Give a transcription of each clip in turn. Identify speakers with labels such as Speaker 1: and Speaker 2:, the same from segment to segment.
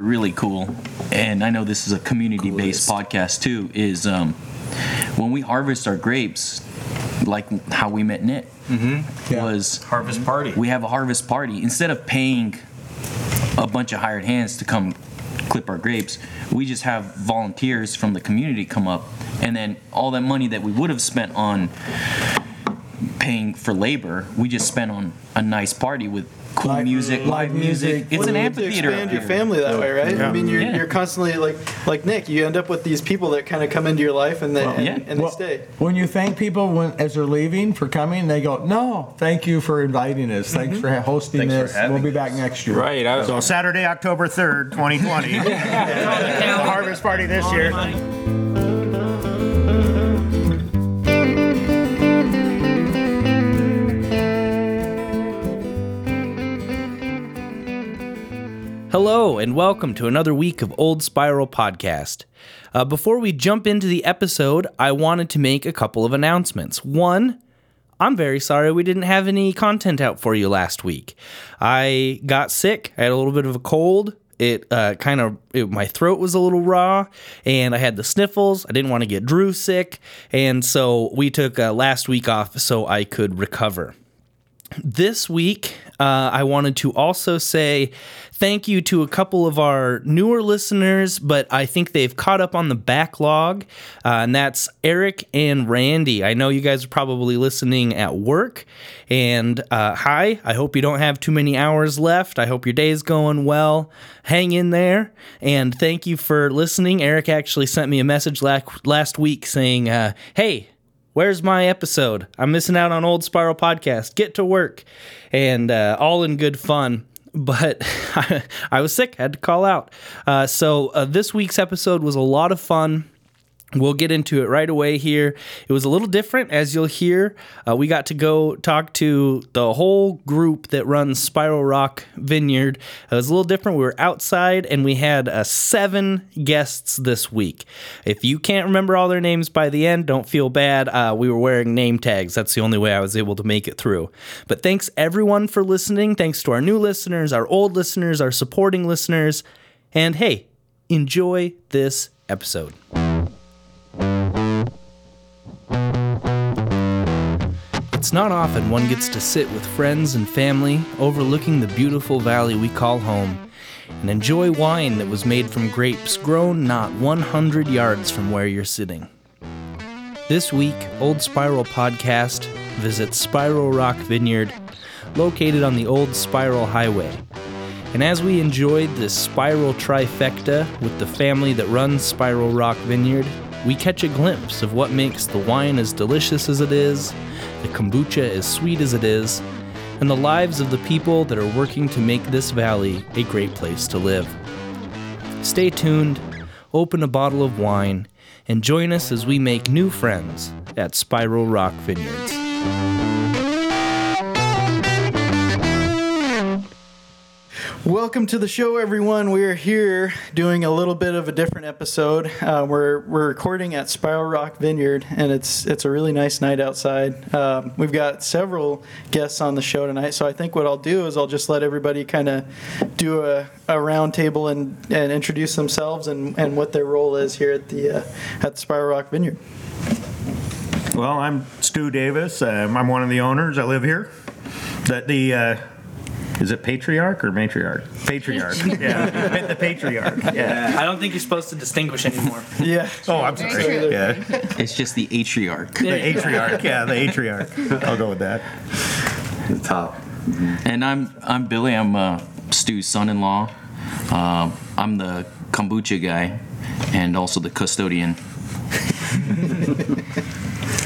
Speaker 1: really cool, and I know this is a community-based podcast too, is um, when we harvest our grapes, like how we met Nick,
Speaker 2: Yeah.
Speaker 1: was
Speaker 3: Harvest party.
Speaker 1: we have a harvest party. Instead of paying a bunch of hired hands to come clip our grapes, we just have volunteers from the community come up, and then all that money that we would have spent on paying for labor, we just spent on a nice party with cool
Speaker 2: Live-
Speaker 1: music, live,
Speaker 2: live
Speaker 1: music.
Speaker 2: music.
Speaker 1: It's
Speaker 2: Well,
Speaker 1: an
Speaker 2: you
Speaker 1: amphitheater. up
Speaker 4: expand your
Speaker 1: here.
Speaker 4: family that way, right? I mean, you're,
Speaker 1: Yeah.
Speaker 4: you're constantly like like Nick. You end up with these people that kind of come into your life and they and,
Speaker 1: yeah.
Speaker 4: and they
Speaker 2: Well,
Speaker 4: stay.
Speaker 2: When you thank people when as they're leaving for coming, they go, "No, thank you for inviting us. Thanks for ha- hosting
Speaker 3: Mm-hmm. Thanks for
Speaker 2: this.
Speaker 3: having
Speaker 2: we'll be
Speaker 3: us."
Speaker 2: back next year."
Speaker 5: Right. I,
Speaker 6: So Saturday, October 3rd, 2020. The harvest party this year.
Speaker 7: Hello, and welcome to another week of Old Spiral Podcast. Uh, before we jump into the episode, I wanted to make a couple of announcements. One, I'm very sorry we didn't have any content out for you last week. I got sick. I had a little bit of a cold. It uh, kind of it, my throat was a little raw, and I had the sniffles. I didn't want to get Drew sick, and so we took uh, last week off so I could recover this week, uh, I wanted to also say thank you to a couple of our newer listeners, but I think they've caught up on the backlog, uh, and that's Eric and Randy. I know you guys are probably listening at work, and uh, hi, I hope you don't have too many hours left. I hope your day's going well. Hang in there, and thank you for listening. Eric actually sent me a message la- last week saying, uh, hey, Where's my episode? I'm missing out on Old Spiral Podcast. Get to work. And uh, all in good fun. But I was sick, had to call out. Uh, so uh, this week's episode was a lot of fun. We'll get into it right away here. It was a little different, as you'll hear. Uh, we got to go talk to the whole group that runs Spiral Rock Vineyard. It was a little different. We were outside and we had uh, seven guests this week. If you can't remember all their names by the end, don't feel bad. Uh, we were wearing name tags. That's the only way I was able to make it through. But thanks everyone for listening. Thanks to our new listeners, our old listeners, our supporting listeners. And hey, enjoy this episode. It's not often one gets to sit with friends and family overlooking the beautiful valley we call home and enjoy wine that was made from grapes grown not 100 yards from where you're sitting. This week, Old Spiral Podcast visits Spiral Rock Vineyard, located on the Old Spiral Highway. And as we enjoyed this spiral trifecta with the family that runs Spiral Rock Vineyard, we catch a glimpse of what makes the wine as delicious as it is, the kombucha as sweet as it is, and the lives of the people that are working to make this valley a great place to live. Stay tuned, open a bottle of wine, and join us as we make new friends at Spiral Rock Vineyards.
Speaker 4: Welcome to the show, everyone. We are here doing a little bit of a different episode. Uh, we're we're recording at Spiral Rock Vineyard, and it's it's a really nice night outside. Um, we've got several guests on the show tonight, so I think what I'll do is I'll just let everybody kind of do a, a round table and, and introduce themselves and, and what their role is here at the uh, at Spiral Rock Vineyard.
Speaker 6: Well, I'm Stu Davis. Um, I'm one of the owners. I live here. That the uh, is it patriarch or matriarch? Patriarch. yeah, the patriarch. Yeah.
Speaker 7: I don't think you're supposed to distinguish anymore.
Speaker 4: Yeah.
Speaker 6: Oh, I'm sorry. Yeah,
Speaker 1: It's just the atriarch.
Speaker 6: the atriarch. Yeah, the atriarch. I'll go with that.
Speaker 5: the top. Mm-hmm.
Speaker 1: And I'm I'm Billy. I'm uh, Stu's son-in-law. Um, I'm the kombucha guy, and also the custodian.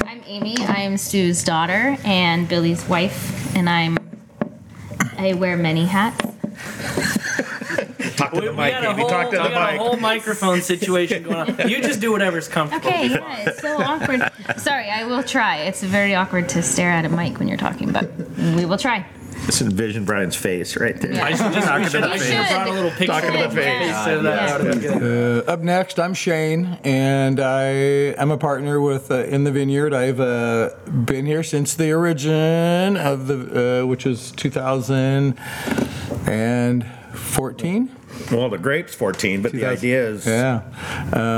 Speaker 8: I'm Amy. I'm Stu's daughter and Billy's wife, and I'm I wear many hats.
Speaker 6: Talk to the
Speaker 7: We
Speaker 6: mic,
Speaker 7: got a
Speaker 6: Amy.
Speaker 7: whole,
Speaker 6: Talk to
Speaker 7: we
Speaker 6: the
Speaker 7: got a
Speaker 6: mic.
Speaker 7: whole microphone situation going on. You just do whatever's comfortable.
Speaker 8: Okay, yeah, it's so awkward. Sorry, I will try. It's very awkward to stare at a mic when you're talking, but we will try.
Speaker 6: Just envision Brian's face right there.
Speaker 8: Yeah.
Speaker 7: I should just we should, I should have
Speaker 8: face.
Speaker 7: brought a little picture
Speaker 8: Talking to the
Speaker 7: of my
Speaker 8: face.
Speaker 7: face so that I would've been good.
Speaker 2: Uh, up next, I'm Shane, and I am a partner with uh, In the Vineyard. I've uh, been here since the origin of the, uh, which was 2014.
Speaker 6: Well, the grape's 14, but the idea is
Speaker 2: Yeah.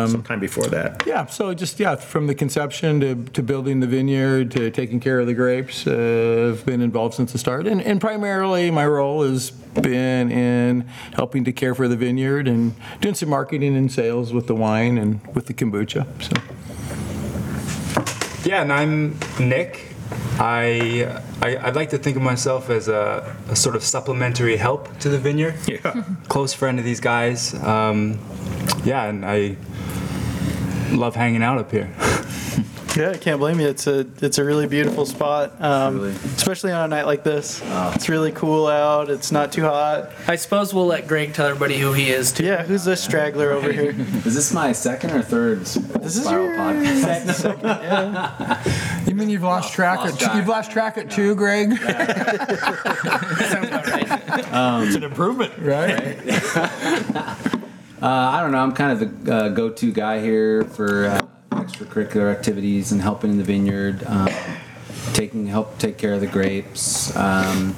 Speaker 6: sometime before that.
Speaker 2: Yeah, so just, yeah, from the conception to, to building the vineyard to taking care of the grapes, uh, I've been involved since the start. And, and primarily, my role has been in helping to care for the vineyard and doing some marketing and sales with the wine and with the kombucha. So.
Speaker 3: Yeah, and I'm Nick. I, I I'd like to think of myself as a, a sort of supplementary help to the vineyard.
Speaker 6: Yeah.
Speaker 3: Close friend of these guys. Um, yeah, and I love hanging out up here.
Speaker 4: Yeah, I can't blame you. It's a it's a really beautiful spot, um, especially on a night like this.
Speaker 5: Oh.
Speaker 4: It's really cool out. It's not too hot.
Speaker 7: I suppose we'll let Greg tell everybody who he is too.
Speaker 4: Yeah, who's this straggler over here?
Speaker 5: Is this my second or third
Speaker 4: This is
Speaker 5: spiral
Speaker 4: your
Speaker 5: podcast?
Speaker 2: You mean you've lost track
Speaker 5: lost
Speaker 2: at
Speaker 5: track.
Speaker 2: you you've lost track at two, Greg? Um, right?
Speaker 5: Uh, I don't know. I'm kind of the uh, go-to guy here for uh, extracurricular activities and helping in the vineyard, um, taking help take care of the grapes. Um,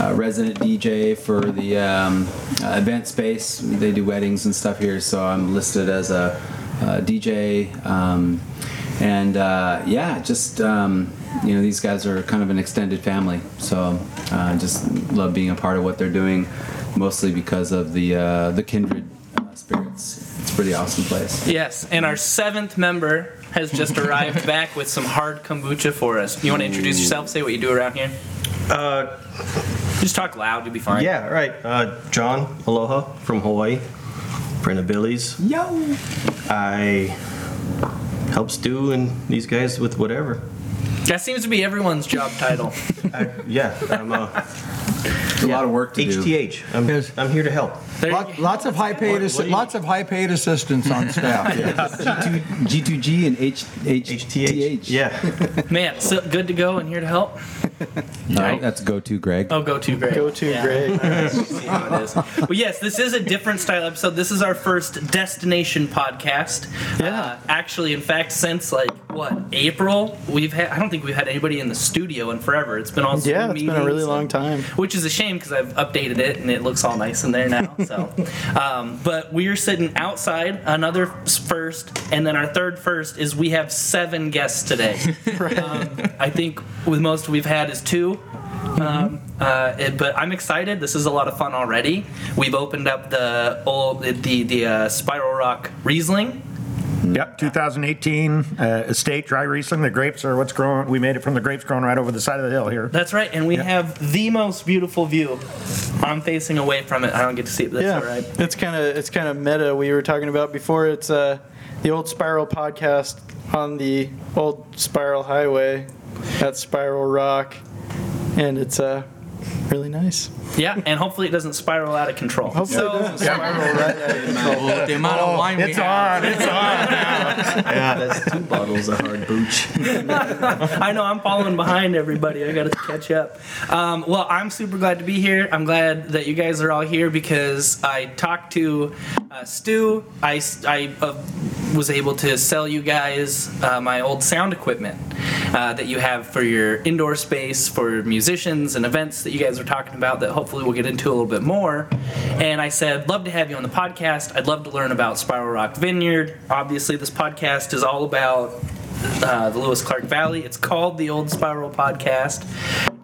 Speaker 5: uh, resident DJ for the um, uh, event space. They do weddings and stuff here, so I'm listed as a uh, DJ. Um, and uh, yeah, just um, you know, these guys are kind of an extended family, so uh, just love being a part of what they're doing, mostly because of the uh, the kindred uh, spirits. It's a pretty awesome place.
Speaker 7: Yes, and our seventh member has just arrived back with some hard kombucha for us. You want to introduce yourself? Say what you do around here.
Speaker 9: Uh,
Speaker 7: Just talk loud. You'll be fine.
Speaker 9: yeah, right. Uh, John Aloha from Hawaii, friend of Billy's. Yo. I help Stu and these guys with whatever.
Speaker 7: That seems to be everyone's job title.
Speaker 9: I, yeah, I'm uh,
Speaker 5: It's a lot of work to do.
Speaker 9: HTH. I'm,
Speaker 2: Yes.
Speaker 9: I'm here to help.
Speaker 7: There-
Speaker 2: Lot, lots of high paid
Speaker 9: What- what do you
Speaker 2: lots of high paid assistants on staff.
Speaker 5: G2G and H,
Speaker 9: HTH.
Speaker 5: HTH.
Speaker 9: Yeah.
Speaker 7: man, so good to go and here to help.
Speaker 5: Uh, that's go to Greg.
Speaker 7: Oh, go to Greg.
Speaker 4: Go to Greg.
Speaker 7: See how it is. But yes, this is a different style episode. This is our first destination podcast. Uh,
Speaker 4: Yeah.
Speaker 7: actually, in fact, since like what April, we've had. I don't think we've had anybody in the studio in forever. It's been all Zoom
Speaker 4: Yeah, it's been a really
Speaker 7: meetings.
Speaker 4: long time.
Speaker 7: which is a shame because I've updated it and it looks all nice in there now. So, um, but we are sitting outside. Another s- first, and then our third first is we have seven guests today. um, I think with most we've had is two.
Speaker 4: Mm-hmm.
Speaker 7: Um, uh, it- but I'm excited. This is a lot of fun already. We've opened up the old the the uh, Spiral Rock Riesling.
Speaker 6: Yep, 2018 uh, estate dry Riesling. The grapes are what's grown. We made it from the grapes grown right over the side of the hill here.
Speaker 7: That's right, and we have the most beautiful view. I'm facing away from it. I don't get to see it. But that's
Speaker 4: yeah,
Speaker 7: all right.
Speaker 4: it's kind of it's kind of meta. We were talking about before. It's uh, the old Spiral podcast on the old Spiral Highway at Spiral Rock, and it's uh, really nice.
Speaker 7: Yeah, and hopefully it doesn't spiral out of control.
Speaker 4: Hopefully, it doesn't spiral right out of control. Oh,
Speaker 1: The amount of wine we
Speaker 6: It's on. It's on.
Speaker 5: That's two bottles of hard booch.
Speaker 7: I know I'm following behind everybody. I got to catch up. Um, well, I'm super glad to be here. I'm glad that you guys are all here because I talked to uh, Stu. I, s- I, uh, was able to sell you guys uh, my old sound equipment uh, that you have for your indoor space for musicians and events that you guys were talking about that hopefully we'll get into a little bit more. And I said, love to have you on the podcast. I'd love to learn about Spiral Rock Vineyard. Obviously, this podcast is all about uh, the Lewis Clark Valley. It's called the Old Spiral Podcast.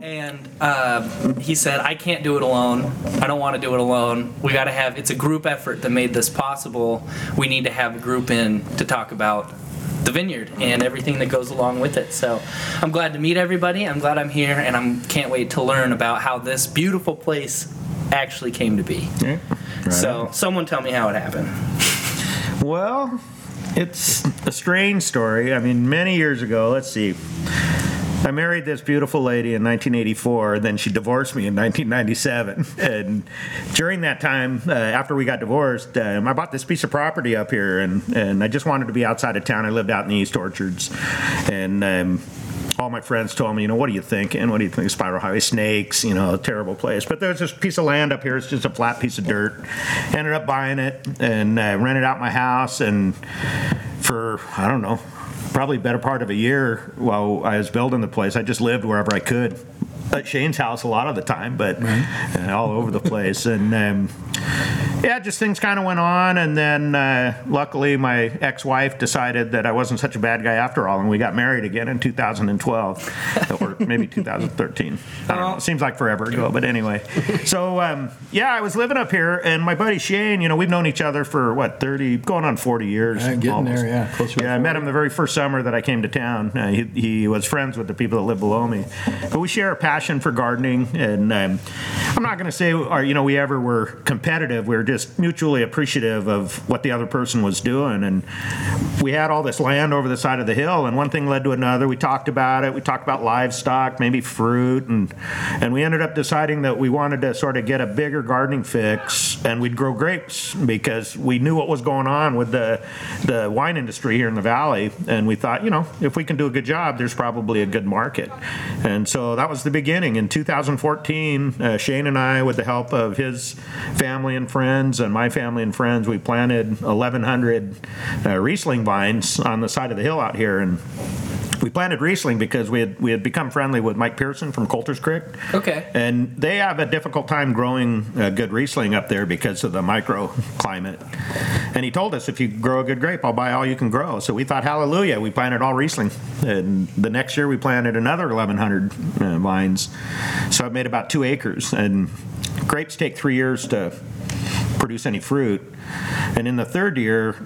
Speaker 7: And uh, he said, I can't do it alone. I don't want to do it alone. We got to have, it's a group effort that made this possible. We need to have a group in to talk about the vineyard and everything that goes along with it. So I'm glad to meet everybody. I'm glad I'm here and I can't wait to learn about how this beautiful place actually came to be. So someone tell me how it happened.
Speaker 6: Well, it's a strange story. I mean, many years ago, let's see. I married this beautiful lady in 1984, and then she divorced me in 1997. And during that time, uh, after we got divorced, um, I bought this piece of property up here, and, and I just wanted to be outside of town. I lived out in the East Orchards, and um, all my friends told me, you know, what do you think? And what do you think? Spiral Highway Snakes, you know, terrible place. But there's this piece of land up here. It's just a flat piece of dirt. Ended up buying it and uh, rented out my house, and for I don't know, probably better part of a year while I was building the place, I just lived wherever I could. At Shane's house a lot of the time, but uh, all over the place. And um, yeah, just things kind of went on, and then uh, luckily my ex-wife decided that I wasn't such a bad guy after all, and we got married again in 2012, or maybe 2013. I don't know. It seems like forever ago, but anyway. So um, yeah, I was living up here, and my buddy Shane, you know, we've known each other for what 30, going on 40 years.
Speaker 2: Yeah, getting there, yeah, closer to
Speaker 6: Yeah, I met him the very first summer that I came to town. Uh, he, he was friends with the people that lived below me, but we share a passion for gardening, and um, I'm not going to say, or, you know, we ever were competitive. We were just mutually appreciative of what the other person was doing, and we had all this land over the side of the hill, and one thing led to another. We talked about it. We talked about livestock, maybe fruit, and and we ended up deciding that we wanted to sort of get a bigger gardening fix, and we'd grow grapes because we knew what was going on with the the wine industry here in the valley, and we thought, you know, if we can do a good job, there's probably a good market, and so that was the beginning. In 2014, uh, Shane and I, with the help of his family and friends and my family and friends, we planted 1,100 uh, Riesling vines on the side of the hill out here, and we planted Riesling because we had we had become friendly with Mike Pearson from Coulter's Creek.
Speaker 7: Okay.
Speaker 6: And they have a difficult time growing uh, good Riesling up there because of the microclimate. And he told us, if you grow a good grape, I'll buy all you can grow. So we thought, hallelujah, we planted all Riesling. And the next year we planted another 1,100 uh, vines. So it made about two acres. And grapes take three years to produce any fruit. And in the third year,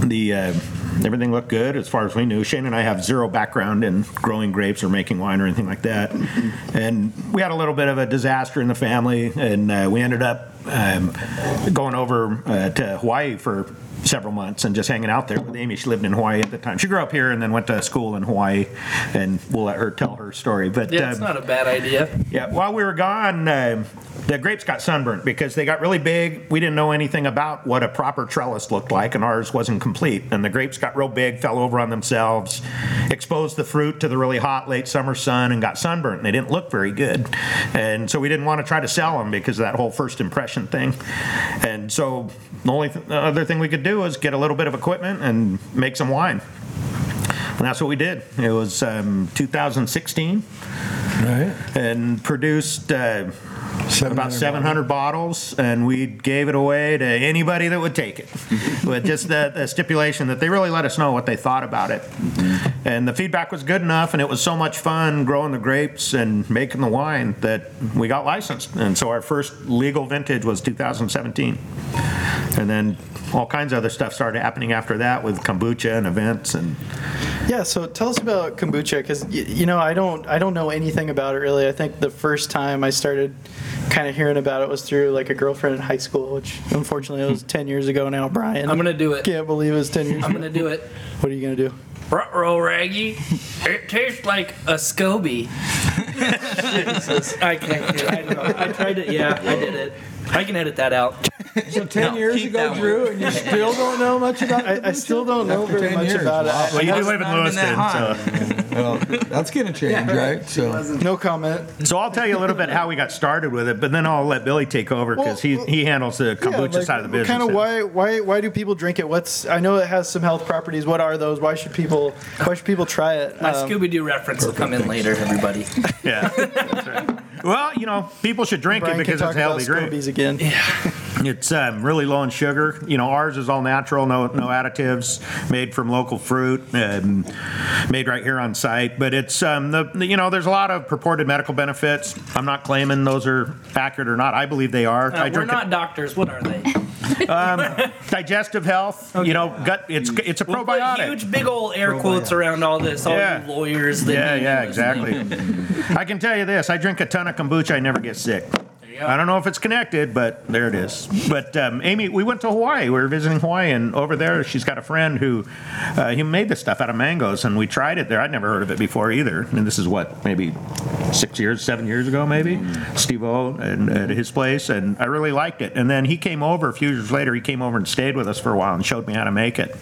Speaker 6: the uh, everything looked good as far as we knew. Shane and I have zero background in growing grapes or making wine or anything like that, and we had a little bit of a disaster in the family, and uh, we ended up um, going over uh, to Hawaii for several months and just hanging out there with Amy. She lived in Hawaii at the time. She grew up here and then went to school in Hawaii, and we'll let her tell her story. But
Speaker 7: Yeah, it's
Speaker 6: um,
Speaker 7: not a bad idea.
Speaker 6: yeah, while we were gone, um the grapes got sunburnt because they got really big. We didn't know anything about what a proper trellis looked like, and ours wasn't complete. And the grapes got real big, fell over on themselves, exposed the fruit to the really hot late summer sun, and got sunburnt. And they didn't look very good. And so we didn't want to try to sell them because of that whole first impression thing. And so the only th- the other thing we could do was get a little bit of equipment and make some wine. And that's what we did. It was um, 2016
Speaker 2: Right.
Speaker 6: and produced uh, about 700 bottles, and we gave it away to anybody that would take it, with just the, the stipulation that they really let us know what they thought about it.
Speaker 5: Mm-hmm.
Speaker 6: And the feedback was good enough, and it was so much fun growing the grapes and making the wine that we got licensed. And so our first legal vintage was 2017. And then all kinds of other stuff started happening after that with kombucha and events and
Speaker 4: Yeah, so tell us about kombucha because y- you know I don't I don't know anything about it really. I think the first time I started kind of hearing about it was through like a girlfriend in high school, which unfortunately it was ten years ago now. Brian,
Speaker 7: Hmm. I'm gonna do it.
Speaker 4: Can't believe it was ten years.
Speaker 7: I'm gonna do it.
Speaker 4: What are you gonna do?
Speaker 7: Ruh-roh, Raggy. It tastes like a SCOBY. I can't do it. I, know. I tried it. Yeah, I did it. I can edit that out.
Speaker 2: So 10
Speaker 1: No,
Speaker 2: years
Speaker 1: keep
Speaker 2: ago,
Speaker 1: that
Speaker 2: Drew, and you still don't know much about
Speaker 4: I, I still don't know
Speaker 2: After
Speaker 4: very
Speaker 2: 10
Speaker 4: much
Speaker 2: years,
Speaker 4: about
Speaker 2: wow.
Speaker 4: it.
Speaker 6: well you do live in
Speaker 1: not even that
Speaker 6: lewiston so
Speaker 2: Well, that's going to change, right? So,
Speaker 4: No comment.
Speaker 6: So I'll tell you a little bit how we got started with it, but then I'll let Billy take over because he,
Speaker 4: Well, well,
Speaker 6: he handles the kombucha side of the business.
Speaker 4: Kind of
Speaker 6: now.
Speaker 4: why why why do people drink it? What's I know it has some health properties. What are those? Why should people why should people try it?
Speaker 7: My
Speaker 4: Um,
Speaker 7: Scooby Doo reference will come in later, everybody.
Speaker 6: Yeah. That's right. Well, you know, people should drink
Speaker 4: Brian
Speaker 6: it
Speaker 4: can
Speaker 6: because
Speaker 4: talk
Speaker 6: it's a
Speaker 4: about
Speaker 6: healthy drink.
Speaker 4: scobies again.
Speaker 6: It's um, really low in sugar. You know, ours is all natural, no no additives, made from local fruit, um, made right here on site. But it's um, the the- you know, there's a lot of purported medical benefits. I'm not claiming those are accurate or not. I believe they are. I
Speaker 7: Uh, we're
Speaker 6: drink it- Um,
Speaker 7: not doctors. What are they?
Speaker 6: digestive health. You know, gut. It's it's a
Speaker 7: We'll put
Speaker 6: probiotic.
Speaker 7: huge, big old air quotes around all this. All
Speaker 6: Yeah.
Speaker 7: you lawyers. that
Speaker 6: Yeah,
Speaker 7: need
Speaker 6: yeah,
Speaker 7: this
Speaker 6: exactly.
Speaker 7: thing.
Speaker 6: I can tell you this: I drink a ton of kombucha. I never get sick.
Speaker 7: you go.
Speaker 6: I don't know if it's connected, but there it is. But um, Amy, we went to Hawaii. We were visiting Hawaii, and over there, she's got a friend who uh, he made this stuff out of mangoes, and we tried it there. I'd never heard of it before either. And this is what maybe six years, seven years ago, maybe.
Speaker 7: Mm.
Speaker 6: Steve O and at his place, and I really liked it. And then he came over a few years later. He came over and stayed with us for a while and showed me how to make it.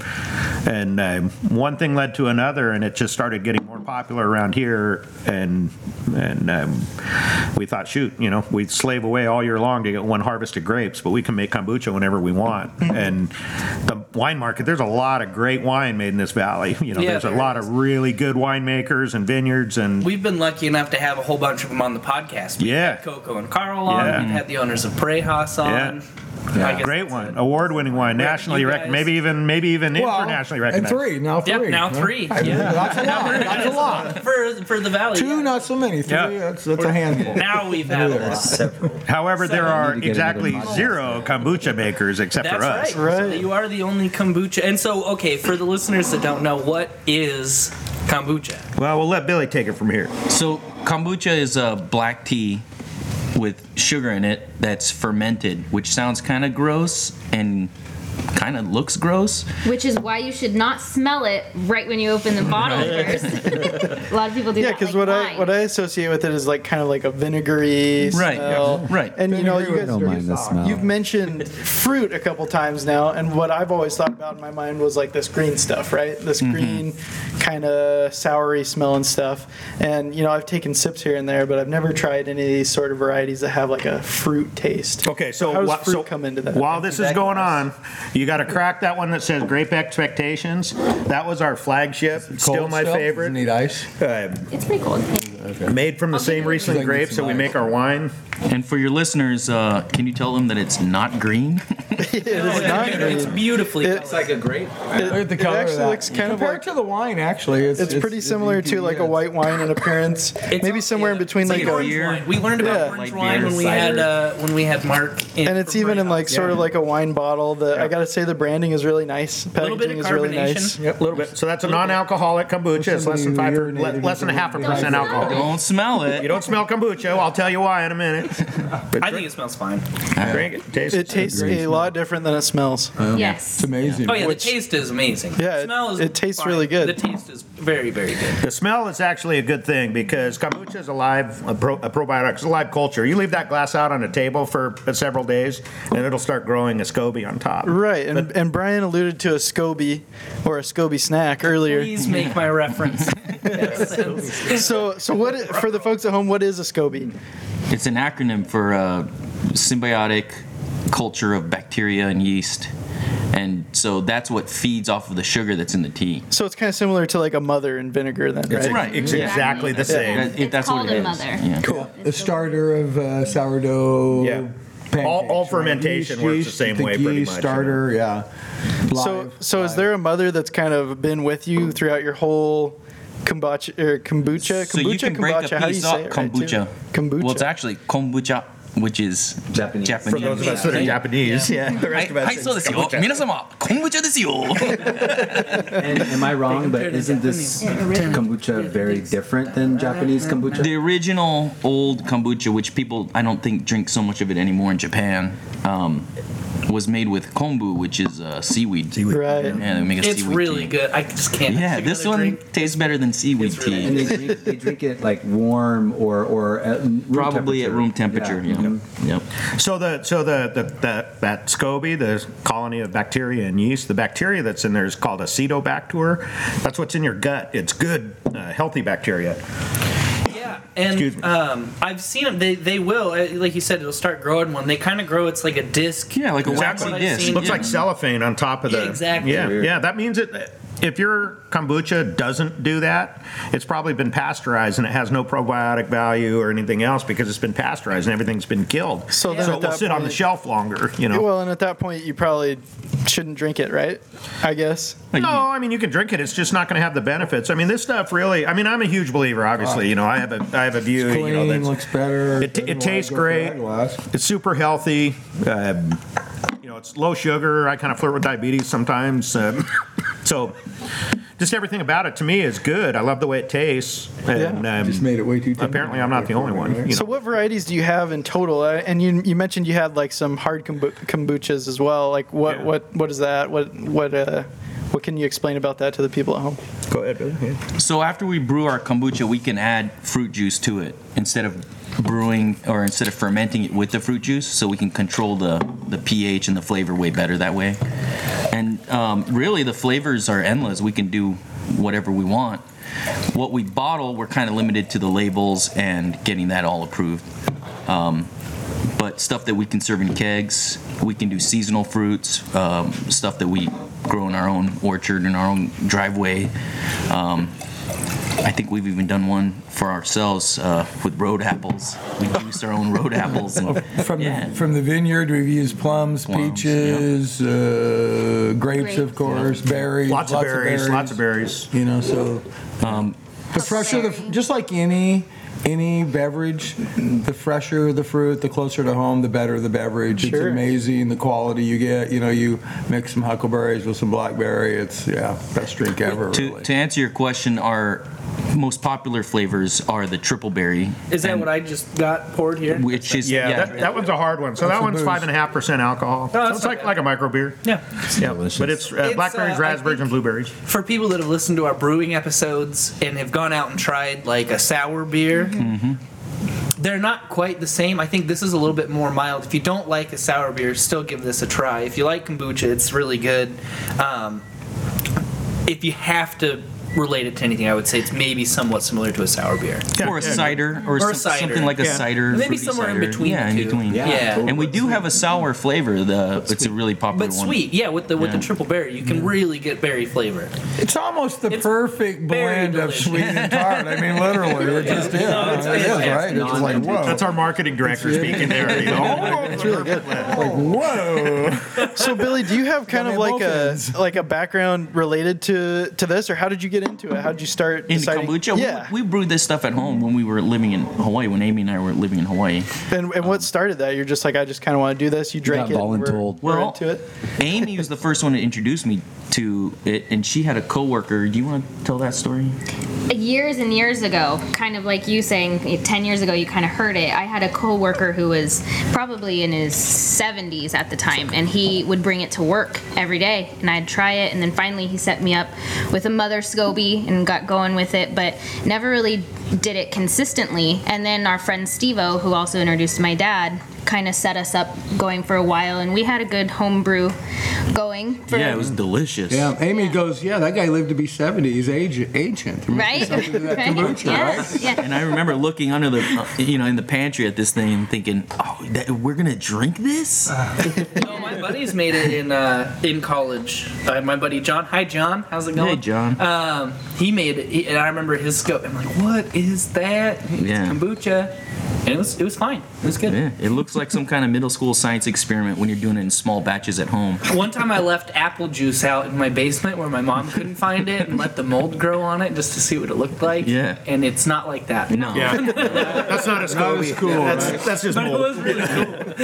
Speaker 6: And um, one thing led to another, and it just started getting more popular around here. And and um, we thought, shoot, you know, we slave away all year long to get one harvest of grapes, but we can make kombucha whenever we want. and the wine market, there's a lot of great wine made in this valley. You know,
Speaker 7: Yeah,
Speaker 6: there's a
Speaker 7: there
Speaker 6: lot
Speaker 7: is.
Speaker 6: of really good winemakers and vineyards and
Speaker 7: We've been lucky enough to have a whole bunch of them on the podcast. We've
Speaker 6: Yeah.
Speaker 7: had Coco and Carl on.
Speaker 6: Yeah.
Speaker 7: We've had the owners of Prejas on.
Speaker 6: Yeah.
Speaker 5: Yeah.
Speaker 6: Great one, award-winning wine, nationally
Speaker 7: you
Speaker 6: recognized,
Speaker 7: guys-
Speaker 6: maybe even maybe even internationally
Speaker 2: and
Speaker 6: recognized.
Speaker 2: three now. Three.
Speaker 7: Yep, now
Speaker 2: huh?
Speaker 7: three.
Speaker 2: I-
Speaker 7: Yeah.
Speaker 2: That's a lot. That's a lot.
Speaker 7: for for the valley.
Speaker 2: Two,
Speaker 7: yeah.
Speaker 2: not so many. Three,
Speaker 6: Yeah.
Speaker 2: that's, that's a handful.
Speaker 7: Now we've had
Speaker 2: There.
Speaker 7: this.
Speaker 6: However, there
Speaker 5: I need
Speaker 6: are
Speaker 5: to get
Speaker 6: exactly
Speaker 5: another model.
Speaker 6: zero kombucha makers except
Speaker 7: That's
Speaker 6: for us.
Speaker 7: right. So you are the only kombucha. And so, okay, for the listeners that don't know, what is kombucha?
Speaker 6: Well, we'll let Billy take it from here.
Speaker 1: So kombucha is a black tea with sugar in it that's fermented, which sounds kind of gross and kind of looks gross.
Speaker 8: Which is why you should not smell it right when you open the bottle first. a lot of people do
Speaker 4: Yeah,
Speaker 8: that.
Speaker 4: because
Speaker 8: like
Speaker 4: what I
Speaker 8: wine.
Speaker 4: what I associate with it is like kind of like a vinegary
Speaker 1: Right,
Speaker 4: smell.
Speaker 1: right.
Speaker 4: And you know, you
Speaker 5: I
Speaker 4: guys
Speaker 5: don't mind the smell.
Speaker 4: You've mentioned fruit a couple times now, and what I've always thought about in my mind was like this green stuff, right? This
Speaker 6: Mm-hmm.
Speaker 4: green kind of soury smelling stuff. And you know, I've taken sips here and there, but I've never tried any of these sort of varieties that have like a fruit taste.
Speaker 6: Okay, so,
Speaker 4: how does
Speaker 6: wha-
Speaker 4: fruit
Speaker 6: so
Speaker 4: come into that?
Speaker 6: While this is going on, you got to crack that one that says "Grape Expectations." That was our flagship, still
Speaker 2: Cold
Speaker 6: my
Speaker 2: stuff? Doesn't
Speaker 6: favorite.
Speaker 2: Need ice.
Speaker 6: Uh,
Speaker 8: it's pretty cold.
Speaker 6: made from the same recent
Speaker 2: Like
Speaker 6: grapes that we
Speaker 2: some
Speaker 6: make our wine.
Speaker 1: And for your listeners, uh, can you tell them that it's not green?
Speaker 4: it's not
Speaker 7: It's beautifully.
Speaker 4: It-
Speaker 5: It's like a grape.
Speaker 2: Look at the
Speaker 4: it
Speaker 2: color of
Speaker 4: actually
Speaker 2: that.
Speaker 4: looks kind of
Speaker 2: Compared
Speaker 4: like-
Speaker 2: to the wine. Actually, it's,
Speaker 4: It's pretty similar
Speaker 2: you can-
Speaker 4: to like a
Speaker 2: yeah,
Speaker 4: white wine in appearance,
Speaker 7: It's-
Speaker 4: maybe somewhere in
Speaker 7: yeah,
Speaker 4: between
Speaker 7: it's
Speaker 4: like
Speaker 7: an
Speaker 4: a
Speaker 7: orange wine. We learned about
Speaker 4: Yeah.
Speaker 7: orange
Speaker 1: Like
Speaker 7: wine
Speaker 1: beer,
Speaker 7: when we had
Speaker 1: cider.
Speaker 7: uh, when we had Mark. In
Speaker 4: and it's even in like sort of like a wine bottle. The I gotta say the branding is really nice.
Speaker 7: little bit
Speaker 4: Packaging
Speaker 7: of
Speaker 4: is really
Speaker 7: carbonation.
Speaker 4: nice.
Speaker 2: Yep.
Speaker 6: little bit. So that's a non-alcoholic kombucha. It's less than five,
Speaker 2: Somebody
Speaker 6: le- less than a half a
Speaker 2: urinated
Speaker 6: percent
Speaker 8: over
Speaker 6: alcohol.
Speaker 1: Don't smell
Speaker 6: You
Speaker 1: it.
Speaker 6: don't smell kombucha. I'll tell you why in a minute. But
Speaker 7: I think it smells fine.
Speaker 6: drink, drink it. Taste
Speaker 4: It tastes a lot different than it smells.
Speaker 8: yes.
Speaker 2: It's amazing.
Speaker 7: Oh yeah, the taste is amazing.
Speaker 4: Yeah,
Speaker 7: the smell is
Speaker 4: it- it tastes
Speaker 7: fine.
Speaker 4: really good.
Speaker 7: The taste is very very good.
Speaker 6: The smell is actually a good thing because kombucha is a live a pro, a probiotic. It's a live culture. You leave that glass out on a table for several days, and it'll start growing a SCOBY on top.
Speaker 4: Right, and, and Brian alluded to a SCOBY or a SCOBY snack earlier.
Speaker 7: Please make my reference.
Speaker 4: So, so what i- for the folks at home? What is a SCOBY?
Speaker 1: It's an acronym for uh, symbiotic culture of bacteria and yeast. And so that's what feeds off of the sugar that's in the tea.
Speaker 4: So it's kind of similar to like a mother in vinegar, then, right?
Speaker 1: Right,
Speaker 6: It's
Speaker 1: yeah.
Speaker 6: exactly the same.
Speaker 1: That-
Speaker 8: It's
Speaker 1: that's
Speaker 8: called
Speaker 1: what it
Speaker 8: a
Speaker 1: is.
Speaker 8: mother.
Speaker 1: Yeah.
Speaker 2: Cool. The starter of uh, sourdough.
Speaker 6: Yeah.
Speaker 2: Pancakes,
Speaker 6: All- all
Speaker 2: right?
Speaker 6: fermentation
Speaker 2: Yeast-
Speaker 6: works the same
Speaker 2: yeast-
Speaker 6: way
Speaker 2: yeast
Speaker 6: pretty much, you know.
Speaker 2: Starter, yeah.
Speaker 4: So,
Speaker 2: Live,
Speaker 4: so is
Speaker 2: live.
Speaker 4: there a mother that's kind of been with you throughout your whole kombucha or
Speaker 6: Uh,
Speaker 4: kombucha?
Speaker 1: So you
Speaker 4: kombucha,
Speaker 1: can break
Speaker 4: kombucha,
Speaker 1: a
Speaker 4: how do you
Speaker 1: piece
Speaker 4: say
Speaker 1: up
Speaker 4: it right, too?
Speaker 1: kombucha.
Speaker 4: kombucha.
Speaker 1: Well, it's actually kombucha, which is
Speaker 5: Japanese.
Speaker 1: Japanese.
Speaker 5: For
Speaker 6: For those of us that are Japanese, yeah. The rest of us
Speaker 1: Hi,
Speaker 6: is
Speaker 1: so
Speaker 6: kombucha.
Speaker 1: 皆様、昆布茶ですよ。
Speaker 5: And am I wrong? But isn't this kombucha very different than Japanese kombucha?
Speaker 1: the original old kombucha, which people I don't think drink so much of it anymore in Japan, um, was made with kombu, which is uh, seaweed. Seaweed.
Speaker 4: Right.
Speaker 1: Yeah, they make a
Speaker 7: it's
Speaker 1: seaweed
Speaker 7: really
Speaker 1: tea.
Speaker 7: good. I just can't.
Speaker 1: Yeah,
Speaker 7: take
Speaker 1: this
Speaker 7: another
Speaker 1: one
Speaker 7: drink.
Speaker 1: tastes better than seaweed
Speaker 7: It's
Speaker 1: tea.
Speaker 7: really
Speaker 5: And they drink, they drink it like warm or or at room
Speaker 1: Probably at room temperature.
Speaker 5: Yeah. Mm-hmm.
Speaker 1: Yeah. Yep.
Speaker 6: So the so the, the, the that SCOBY, the colony of bacteria and yeast, the bacteria that's in there is called Acetobacter. That's what's in your gut. It's good, uh, healthy bacteria.
Speaker 7: Yeah, and
Speaker 6: Excuse me.
Speaker 7: um, I've seen them. They they will, uh, like you said, it'll start growing one. They kind of grow. It's like a disc.
Speaker 1: Yeah, like a
Speaker 6: Exactly.
Speaker 1: waxy
Speaker 7: I've
Speaker 1: disc.
Speaker 7: seen.
Speaker 6: Looks
Speaker 1: yeah.
Speaker 6: like cellophane on top of
Speaker 7: Yeah,
Speaker 6: the.
Speaker 7: exactly.
Speaker 6: Yeah,
Speaker 5: Weird.
Speaker 6: yeah. That means it. If your kombucha doesn't do that, it's probably been pasteurized and it has no probiotic value or anything else because it's been pasteurized and everything's been killed.
Speaker 4: So
Speaker 6: so
Speaker 4: then at
Speaker 6: it will
Speaker 4: that
Speaker 6: sit on the
Speaker 4: point-
Speaker 6: shelf longer. You know.
Speaker 4: Well, and at that point, you probably shouldn't drink it, right? I guess.
Speaker 1: Like,
Speaker 6: no, I mean you can drink it. It's just not going to have the benefits. I mean this stuff really. I mean I'm a huge believer. Obviously, you know I have a I have a view.
Speaker 2: Clean,
Speaker 6: you know, that's,
Speaker 2: looks better.
Speaker 6: It- it
Speaker 2: doesn't
Speaker 6: tastes
Speaker 2: wanna go through
Speaker 6: great.
Speaker 2: that glass.
Speaker 6: It's super healthy. Um, you know, it's low sugar. I kind of flirt with diabetes sometimes. Um, so, just everything about it to me is good. I love the way it tastes. And, um,
Speaker 2: Just made it way too.
Speaker 6: apparently, I'm not the only one. You know.
Speaker 4: So, what varieties do you have in total? Uh, and you, you mentioned you had like some hard kombu- kombuchas as well. Like, what
Speaker 6: Yeah.
Speaker 4: what what is that? What what uh, what can you explain about that to the people at home?
Speaker 6: Go ahead, Billy. Yeah.
Speaker 1: So after we brew our kombucha, we can add fruit juice to it instead of brewing or instead of fermenting it with the fruit juice. So we can control the the pH and the flavor way better that way. And um, really, the flavors are endless. We can do whatever we want. What we bottle, we're kind of limited to the labels and getting that all approved. Um, but stuff that we can serve in kegs, we can do seasonal fruits, um, stuff that we grow in our own orchard in our own driveway. Um, I think we've even done one for ourselves uh, with road apples. We juice our own road apples. And,
Speaker 2: From,
Speaker 1: yeah.
Speaker 2: the, from the vineyard, we've used plums,
Speaker 1: Plums, yeah.
Speaker 2: peaches, uh, grapes, of
Speaker 8: Grapes.
Speaker 2: course, berries.
Speaker 6: Lots, of berries, Lots of berries.
Speaker 2: You know, so
Speaker 1: Um,
Speaker 2: the fresher, the, just like any any beverage, the fresher the fruit, the closer to home, the better the beverage.
Speaker 4: Sure.
Speaker 2: It's amazing the quality you get. You know, you mix some huckleberries with some blackberry. It's yeah, best drink ever.
Speaker 1: to,
Speaker 2: really.
Speaker 1: to answer your question, our most popular flavors are the triple berry,
Speaker 7: Is that
Speaker 1: And-
Speaker 7: what I just got poured here?
Speaker 1: which is
Speaker 6: Yeah,
Speaker 1: yeah,
Speaker 6: That, that one's a hard one. So
Speaker 2: That's
Speaker 6: that
Speaker 2: a
Speaker 6: one's
Speaker 2: booze.
Speaker 6: five and a half percent alcohol.
Speaker 7: No,
Speaker 6: so
Speaker 7: that's
Speaker 6: it's
Speaker 7: not
Speaker 6: like
Speaker 7: bad.
Speaker 6: like a micro beer.
Speaker 7: yeah.
Speaker 6: Yeah,
Speaker 5: delicious.
Speaker 6: but it's, uh,
Speaker 7: It's,
Speaker 6: blackberries,
Speaker 7: uh, I
Speaker 6: raspberries, and
Speaker 7: think-
Speaker 6: blueberries.
Speaker 7: For people that have listened to our brewing episodes and have gone out and tried like a sour beer, Mm-hmm. they're not quite the same. I think this is a little bit more mild. If you don't like a sour beer, still give this a try. If you like kombucha, it's really good. Um, if you have to relate it to anything, I would say it's maybe somewhat similar to a sour beer.
Speaker 1: or a
Speaker 6: Yeah.
Speaker 1: cider, or,
Speaker 7: Or a
Speaker 1: some-
Speaker 7: cider.
Speaker 1: something like a
Speaker 6: Yeah.
Speaker 1: cider,
Speaker 7: Maybe
Speaker 1: fruity
Speaker 7: somewhere in
Speaker 1: cider.
Speaker 7: between
Speaker 1: Yeah, in
Speaker 7: the two.
Speaker 1: between.
Speaker 5: Yeah,
Speaker 7: Yeah.
Speaker 5: totally.
Speaker 1: And we do have a sour flavor. The it's a really popular
Speaker 7: But
Speaker 1: one.
Speaker 7: sweet, yeah. With the with the triple berry, you can really get berry flavor.
Speaker 2: It's almost the
Speaker 7: It's
Speaker 2: perfect
Speaker 7: very
Speaker 2: blend of
Speaker 7: delicious.
Speaker 2: sweet and tart. I mean, literally, it just is.
Speaker 7: No, it's
Speaker 2: It is,
Speaker 7: fantastic.
Speaker 2: right? It's just like whoa,
Speaker 6: That's our marketing director speaking there. He's all over the
Speaker 2: like whoa.
Speaker 4: So Billy, do you have kind
Speaker 2: Got
Speaker 4: of
Speaker 2: me
Speaker 4: like
Speaker 2: both
Speaker 4: a
Speaker 2: ends.
Speaker 4: like a background related to to this, or how did you get into it? How did you start
Speaker 1: In
Speaker 4: deciding?
Speaker 1: kombucha, We-
Speaker 4: Yeah,
Speaker 1: we, brewed this stuff at home when we were living in Hawaii. When Amy and I were living in Hawaii,
Speaker 4: and,
Speaker 6: Um,
Speaker 4: and what started that? You're just like, I just kind of want to do this. You drank
Speaker 5: got
Speaker 4: it. and We're,
Speaker 5: voluntold.
Speaker 4: we're
Speaker 1: Well,
Speaker 4: into it.
Speaker 1: Amy was the first one to introduce me to it, and she had a coworker. Do you want to tell that story?
Speaker 8: years and years ago, kind of like you saying eh, 10 years ago, you kind of heard it. I had a coworker who was probably in his 70s at the time, and he would bring it to work every day, and I'd try it. And then finally, he set me up with a mother SCOBY and got going with it, but never really did it consistently. And then our friend Steve O, who also introduced my dad, kind of set us up going for a while, and we had a good homebrew going for
Speaker 1: yeah, it was delicious.
Speaker 2: Yeah, Amy goes, yeah, that guy lived to be 70. He's age, ancient. There must be
Speaker 8: Right?
Speaker 2: something to that
Speaker 8: Right?
Speaker 2: kombucha,
Speaker 8: Yes,
Speaker 2: right?
Speaker 8: yes.
Speaker 1: And I remember looking under the, uh, you know, in the pantry at this thing and thinking, oh, that, we're gonna drink this?
Speaker 7: No, my buddies made it in uh, in college. Uh, my buddy John. Hi, John. How's it going?
Speaker 1: Hey, John.
Speaker 7: Um, he made it, he- and I remember his scope. I'm like, what is that? It's
Speaker 1: Yeah.
Speaker 7: kombucha, and it was it was fine. It was good.
Speaker 1: yeah, it looks like some kind of middle school science experiment when you're doing it in small batches at home.
Speaker 7: One time I left apple juice out in my basement where my mom couldn't find it, and let the mold grow on it just to see what it looked like.
Speaker 1: Yeah.
Speaker 7: And it's not like that.
Speaker 1: No.
Speaker 6: Yeah. That's not a
Speaker 2: That
Speaker 6: scoby.
Speaker 2: was cool. right?
Speaker 6: That's, that's just
Speaker 7: But it
Speaker 6: mold.
Speaker 7: was really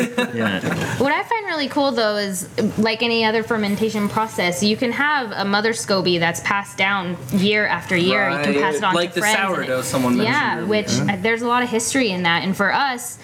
Speaker 7: cool.
Speaker 1: yeah.
Speaker 8: What I find really cool though is, like any other fermentation process, you can have a mother SCOBY that's passed down year after year. You
Speaker 7: Right.
Speaker 8: can pass it on
Speaker 7: Like
Speaker 8: to
Speaker 7: the
Speaker 8: friends. and
Speaker 7: sourdough
Speaker 8: it-
Speaker 7: someone mentioned
Speaker 8: Yeah,
Speaker 7: earlier.
Speaker 8: which uh, there's a lot of history in that. And for us,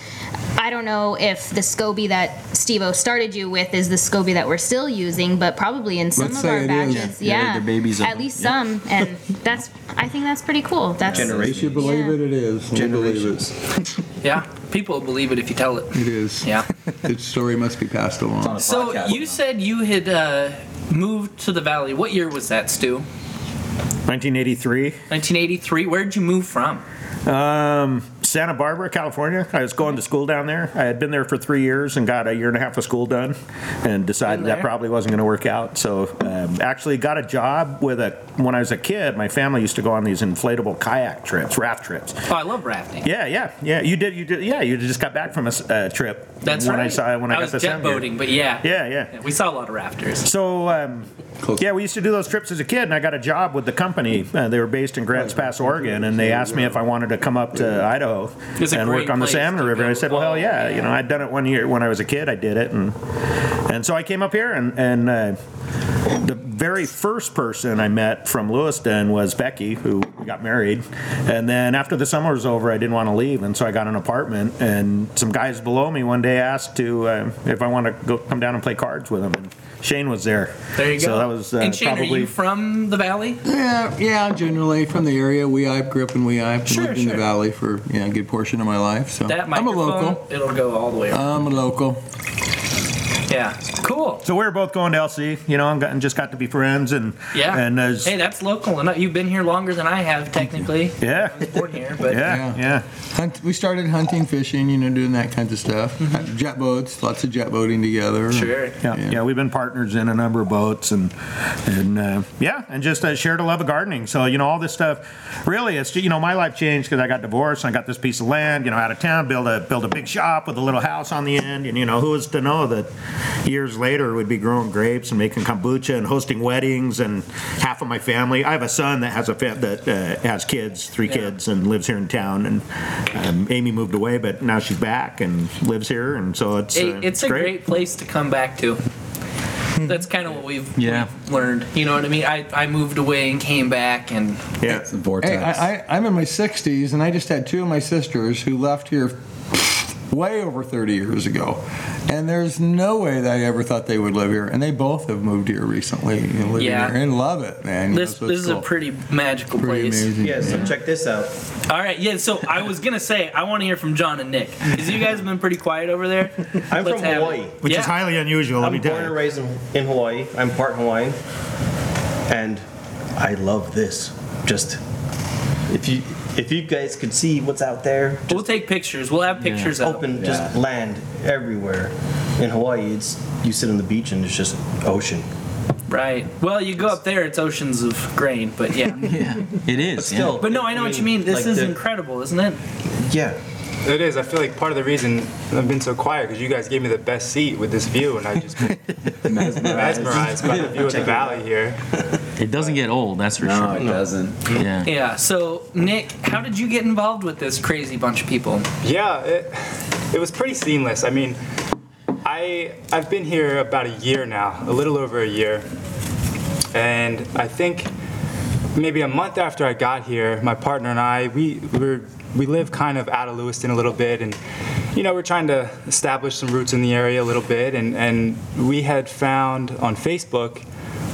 Speaker 8: I don't know if the SCOBY that Steve-O started you with is the SCOBY that we're still using, but probably in some
Speaker 2: Let's
Speaker 8: of
Speaker 2: say
Speaker 8: our
Speaker 2: it is.
Speaker 8: batches,
Speaker 1: Yeah,
Speaker 8: yeah,
Speaker 1: they're babies of
Speaker 8: at
Speaker 1: them.
Speaker 8: least
Speaker 1: Yeah.
Speaker 8: some. And that's, I think that's pretty cool. That's
Speaker 2: If you believe it, it is. We believe it.
Speaker 7: Yeah. People will believe it if you tell it.
Speaker 2: It is.
Speaker 7: Yeah.
Speaker 2: Its story must be passed along.
Speaker 7: So you said you had uh, moved to the valley. What year was that, Stu?
Speaker 6: 1983.
Speaker 7: 1983. Where'd you move from?
Speaker 6: Um, Santa Barbara, California. I was going to school down there. I had been there for three years and got a year and a half of school done, and decided
Speaker 7: Been
Speaker 6: that
Speaker 7: there.
Speaker 6: probably wasn't going to work out. So, um, actually, got a job with a. When I was a kid, my family used to go on these inflatable kayak trips, raft trips.
Speaker 7: Oh, I love rafting.
Speaker 6: Yeah, yeah, yeah. You did, you did. Yeah, you just got back from a s- uh, trip.
Speaker 7: That's
Speaker 6: when
Speaker 7: right.
Speaker 6: I saw when I, got
Speaker 7: was
Speaker 6: the
Speaker 7: jet
Speaker 6: sound here.
Speaker 7: boating, but yeah.
Speaker 6: Yeah, yeah.
Speaker 7: Yeah, We saw a lot of rafters.
Speaker 6: So, um, yeah, we used to do those trips as a kid, and I got a job with the company. Uh, they were based in Grants Pass, Oregon, and they asked me if I wanted to come up to Idaho
Speaker 7: It's a
Speaker 6: and
Speaker 7: great
Speaker 6: work on the
Speaker 7: place
Speaker 6: Salmon
Speaker 7: to
Speaker 6: River.
Speaker 7: go.
Speaker 6: And I said, well, hell yeah. You know, I'd done it one year when I was a kid. I did it, and and so I came up here, and and uh, the very first person I met from Lewiston was Becky, who got married. And then after the summer was over, I didn't want to leave, and so I got an apartment. And some guys below me one day asked to uh, if I want to go come down and play cards with them. And Shane was there.
Speaker 7: There you go.
Speaker 6: So that was uh,
Speaker 7: and Shane,
Speaker 6: probably
Speaker 7: are you from the valley?
Speaker 2: Yeah, yeah, generally from the area. We I grew up in We I
Speaker 7: Sure,
Speaker 2: lived in the
Speaker 7: sure.
Speaker 2: valley for yeah, a good portion of my life. So
Speaker 7: That
Speaker 2: I'm a
Speaker 7: microphone,
Speaker 2: local.
Speaker 7: it'll go all the way around.
Speaker 2: I'm a local.
Speaker 7: Yeah. Cool.
Speaker 6: So we were both going to LC, you know, and, got, and just got to be friends, and
Speaker 7: Yeah.
Speaker 6: and as
Speaker 7: hey, that's local. enough. You've been here longer than I have, technically.
Speaker 6: yeah,
Speaker 7: I was born here, but
Speaker 6: yeah,
Speaker 2: Yeah.
Speaker 6: yeah.
Speaker 2: Hunt, we started hunting, fishing, you know, doing that kinds of stuff. Jet boats, lots of jet boating together.
Speaker 7: Mm-hmm. Sure.
Speaker 6: Yeah, yeah,
Speaker 2: Yeah.
Speaker 6: we've been partners in a number of boats, and and uh, yeah, and just uh, shared a love of gardening. So you know, all this stuff, really, it's you know, my life changed because I got divorced, and I got this piece of land, you know, out of town, build a build a big shop with a little house on the end, and you know, who was to know that years later we'd be growing grapes and making kombucha and hosting weddings, and half of my family. I have a son that has a fa- that uh, has kids, three kids, and lives here in town, and um, Amy moved away, but now she's back and lives here, and so it's
Speaker 7: Hey,
Speaker 6: uh,
Speaker 7: it's a great. place to come back to. That's kind of what we've,
Speaker 1: Yeah.
Speaker 7: we've learned. You know what I mean? I, I moved away and came back, and
Speaker 6: Yeah.
Speaker 5: It's a vortex.
Speaker 2: Hey, I, I, I'm in my 60s, and I just had two of my sisters who left here way over 30 years ago. And there's no way that I ever thought they would live here. And they both have moved here recently and live
Speaker 7: Yeah.
Speaker 2: here and love it, man. You know,
Speaker 7: this
Speaker 2: so
Speaker 7: this
Speaker 2: it's
Speaker 7: is a
Speaker 2: cool.
Speaker 7: pretty magical
Speaker 2: Pretty
Speaker 7: place.
Speaker 2: amazing.
Speaker 9: Yeah, so check this out.
Speaker 7: All right, yeah. So I was gonna say I want to hear from John and Nick. Is you guys been pretty quiet over there?
Speaker 9: I'm
Speaker 7: Let's
Speaker 9: from
Speaker 7: have it.
Speaker 9: Hawaii.
Speaker 6: which
Speaker 7: yeah.
Speaker 6: is highly unusual. let
Speaker 9: I'm
Speaker 6: me tell
Speaker 9: born
Speaker 6: you.
Speaker 9: and raised in, in Hawaii. I'm part Hawaiian, and I love this. Just if you if you guys could see what's out there,
Speaker 7: We'll take pictures. We'll have pictures up.
Speaker 9: open, just land everywhere. In Hawaii, it's you sit on the beach and it's just ocean.
Speaker 7: Right. Well, you go up there, it's oceans of grain, but yeah.
Speaker 1: It
Speaker 9: But
Speaker 1: is. yeah.
Speaker 9: still,
Speaker 7: But no, I know what you mean. This
Speaker 9: like
Speaker 7: is
Speaker 9: the-
Speaker 7: incredible, isn't it?
Speaker 9: Yeah,
Speaker 3: It is. I feel like part of the reason I've been so quiet because you guys gave me the best seat with this view, and I just been mesmerized by the view of the valley here.
Speaker 1: It doesn't get old, that's for
Speaker 5: no,
Speaker 1: sure.
Speaker 5: it doesn't.
Speaker 1: Yeah.
Speaker 7: Yeah. So, Nick, how did you get involved with this crazy bunch of people?
Speaker 3: Yeah, it, it was pretty seamless. I mean, I I've been here about a year now, a little over a year, and I think maybe a month after I got here, my partner and I we were we live kind of out of Lewiston a little bit, and you know we're trying to establish some roots in the area a little bit, and and we had found on Facebook.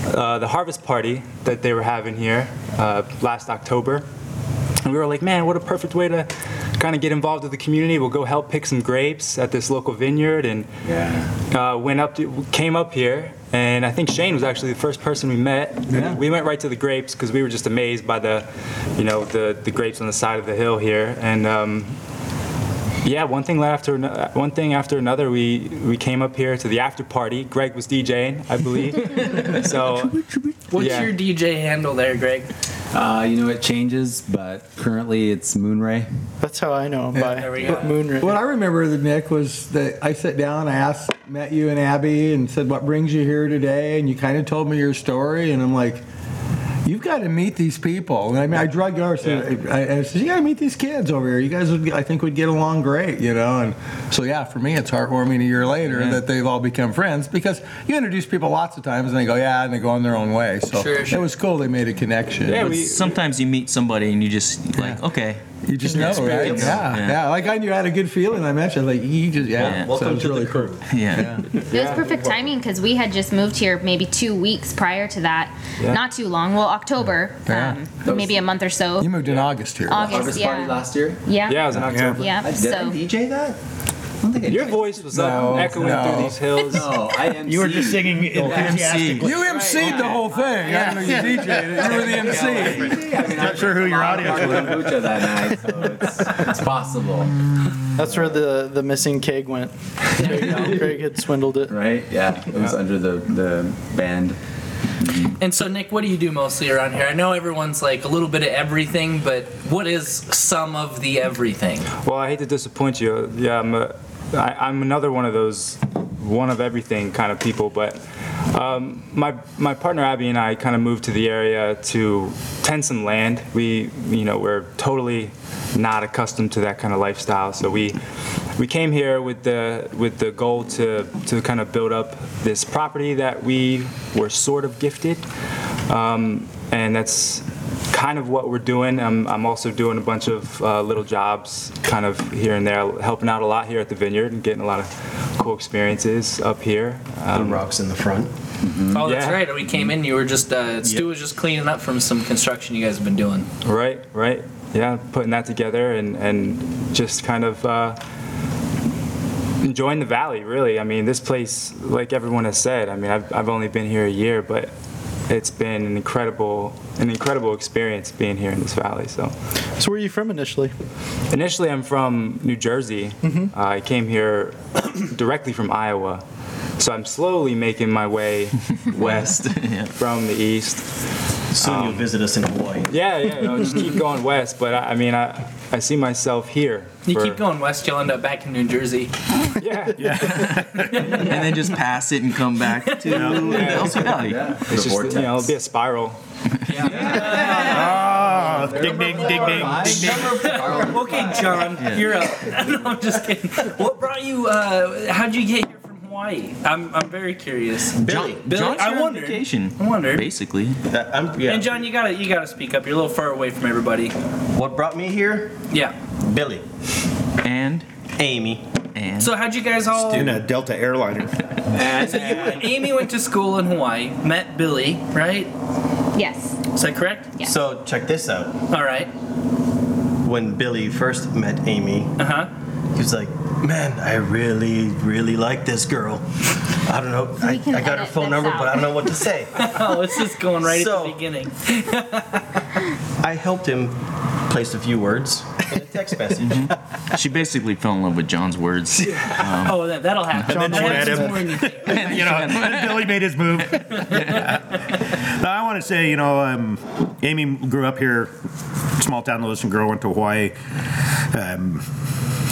Speaker 3: Uh, the harvest party that they were having here uh, last October, and we were like, man, what a perfect way to kind of get involved with the community. We'll go help pick some grapes at this local vineyard, and uh, went up, to, came up here, and I think Shane was actually the first person we met.
Speaker 2: Yeah.
Speaker 3: We went right to the grapes because we were just amazed by the, you know, the the grapes on the side of the hill here, and. Um, yeah, one thing after ano- one thing after another, we we came up here to the after party. Greg was DJing, I believe. so
Speaker 7: What's
Speaker 3: Yeah.
Speaker 7: your DJ handle there, Greg?
Speaker 5: Uh, you know, it changes, but currently it's Moonray.
Speaker 4: That's how I know him by
Speaker 7: There we go.
Speaker 4: Moonray.
Speaker 2: What I remember, the Nick, was that I sat down, I asked, met you and Abby, and said, "What brings you here today?" And you kind of told me your story, and I'm like, "You've got to meet these people." And I mean, I drug yours. and I, I said, "You got to meet these kids over here. You guys, would, I think, would get along great, you know." And so, yeah, for me, it's heartwarming a year later that they've all become friends because you introduce people lots of times, and they go, "Yeah," and they go on their own way. So
Speaker 7: Sure, sure.
Speaker 2: it was cool. They made a connection.
Speaker 3: yeah,
Speaker 1: But
Speaker 3: we,
Speaker 1: sometimes you meet somebody and you just like, okay,
Speaker 2: You just know, right?
Speaker 1: experience.
Speaker 2: Yeah,
Speaker 1: Yeah.
Speaker 2: yeah, Like I knew I had a good feeling. I mentioned, like, you just, yeah.
Speaker 1: Yeah.
Speaker 2: so
Speaker 9: welcome
Speaker 2: it's
Speaker 9: to
Speaker 2: really
Speaker 9: the
Speaker 2: cool.
Speaker 9: crew.
Speaker 1: yeah.
Speaker 8: It was perfect timing because we had just moved here maybe two weeks prior to that. Not too long. Well, October,
Speaker 2: Yeah.
Speaker 8: um,
Speaker 5: was-
Speaker 8: maybe a month or so.
Speaker 2: You moved in August here.
Speaker 8: August,
Speaker 5: Harvest party
Speaker 8: yeah.
Speaker 5: last year.
Speaker 8: Yeah.
Speaker 3: yeah, it was in October.
Speaker 8: Yeah.
Speaker 5: I, did
Speaker 8: So
Speaker 5: I DJ that? I don't think I
Speaker 3: Your
Speaker 5: did.
Speaker 3: voice was up,
Speaker 2: No,
Speaker 3: Oh, echoing
Speaker 2: Oh, no.
Speaker 3: through these hills.
Speaker 6: Oh,
Speaker 5: No, I am.
Speaker 6: You were just singing enthusiastically.
Speaker 2: You emceed the whole thing. I don't know you DJ'd it. You were the MC.
Speaker 5: I mean,
Speaker 6: Not sure who your audience
Speaker 5: was. that night, so it's, it's possible,
Speaker 4: That's where the, the missing keg went. Greg had swindled it.
Speaker 5: right? Yeah, it was under the the band.
Speaker 7: And so, Nick, what do you do mostly around here? I know everyone's like a little bit of everything, but what is some of the everything?
Speaker 3: Well, I hate to disappoint you. Yeah, I'm, a, I, I'm another one of those one of everything kind of people. But um, my my partner Abby and I kind of moved to the area to tend some land. We you know we're totally not accustomed to that kind of lifestyle, so we we came here with the with the goal to to kind of build up this property that we were sort of gifted. Um, and that's kind of what we're doing. I'm, I'm also doing a bunch of uh, little jobs, kind of here and there, helping out a lot here at the vineyard and getting a lot of cool experiences up here.
Speaker 9: The
Speaker 3: Um,
Speaker 9: rocks in the front.
Speaker 7: Oh, that's
Speaker 3: Yeah.
Speaker 7: right. We came in. You were just uh, Stu was just cleaning up from some construction you guys have been doing.
Speaker 3: right, right. Yeah, putting that together and, and just kind of uh, enjoying the valley really i mean this place like everyone has said i mean i've, I've only been here a year but it's been an incredible an incredible experience being here in this valley so
Speaker 4: So where are you from initially?
Speaker 3: initially i'm from new jersey
Speaker 9: Mm-hmm.
Speaker 3: uh, i came here directly from iowa so i'm slowly making my way west from the east Um,
Speaker 9: Soon you'll visit us in Hawaii.
Speaker 3: yeah yeah i'll just keep going west but i, I mean i I see myself here.
Speaker 7: You
Speaker 3: for-
Speaker 7: keep going west, you'll end up back in New Jersey.
Speaker 3: Yeah,
Speaker 1: and then just pass it and come back to LC Valley.
Speaker 3: it's just you know, it'll be a spiral.
Speaker 7: Ah,
Speaker 6: Oh, Ding, ding, ding, ding.
Speaker 7: Okay, John, you're up. no, I'm just kidding. What brought you? Uh, how'd you get here from Hawaii? I'm, I'm very curious.
Speaker 1: Billy,
Speaker 7: Billy,
Speaker 1: John's
Speaker 7: I
Speaker 1: here on
Speaker 7: wondered.
Speaker 1: vacation,
Speaker 7: I wondered.
Speaker 1: Basically,
Speaker 9: That- I'm- yeah.
Speaker 7: And John, you gotta you gotta speak up. You're a little far away from everybody.
Speaker 9: What brought me here?
Speaker 7: Yeah.
Speaker 9: Billy,
Speaker 1: and
Speaker 9: Amy,
Speaker 1: and
Speaker 7: So how'd you guys all?
Speaker 6: In a Delta airliner.
Speaker 7: So you, Amy went to school in Hawaii, met Billy, right?
Speaker 8: Yes.
Speaker 7: Is that correct?
Speaker 9: So check this out.
Speaker 7: All right.
Speaker 9: When Billy first met Amy,
Speaker 7: Uh huh.
Speaker 9: he was like, "Man, I really, really like this girl. I don't know. I,
Speaker 8: can
Speaker 9: I got her
Speaker 8: edit
Speaker 9: phone
Speaker 8: this
Speaker 9: number,
Speaker 8: out.
Speaker 9: but I don't know what to say."
Speaker 7: Oh, it's just going right at
Speaker 9: So-
Speaker 7: the beginning.
Speaker 9: I helped him place a few words in a text message.
Speaker 1: she basically fell in love with John's words. Um,
Speaker 7: Oh, that, that'll happen.
Speaker 6: And then
Speaker 7: That
Speaker 6: you met
Speaker 7: happens
Speaker 6: him.
Speaker 7: more than you think.
Speaker 6: you know, then Billy made his move. Now, I want to say, you know, um, Amy grew up here, small town Lewiston girl, went to Hawaii. Um,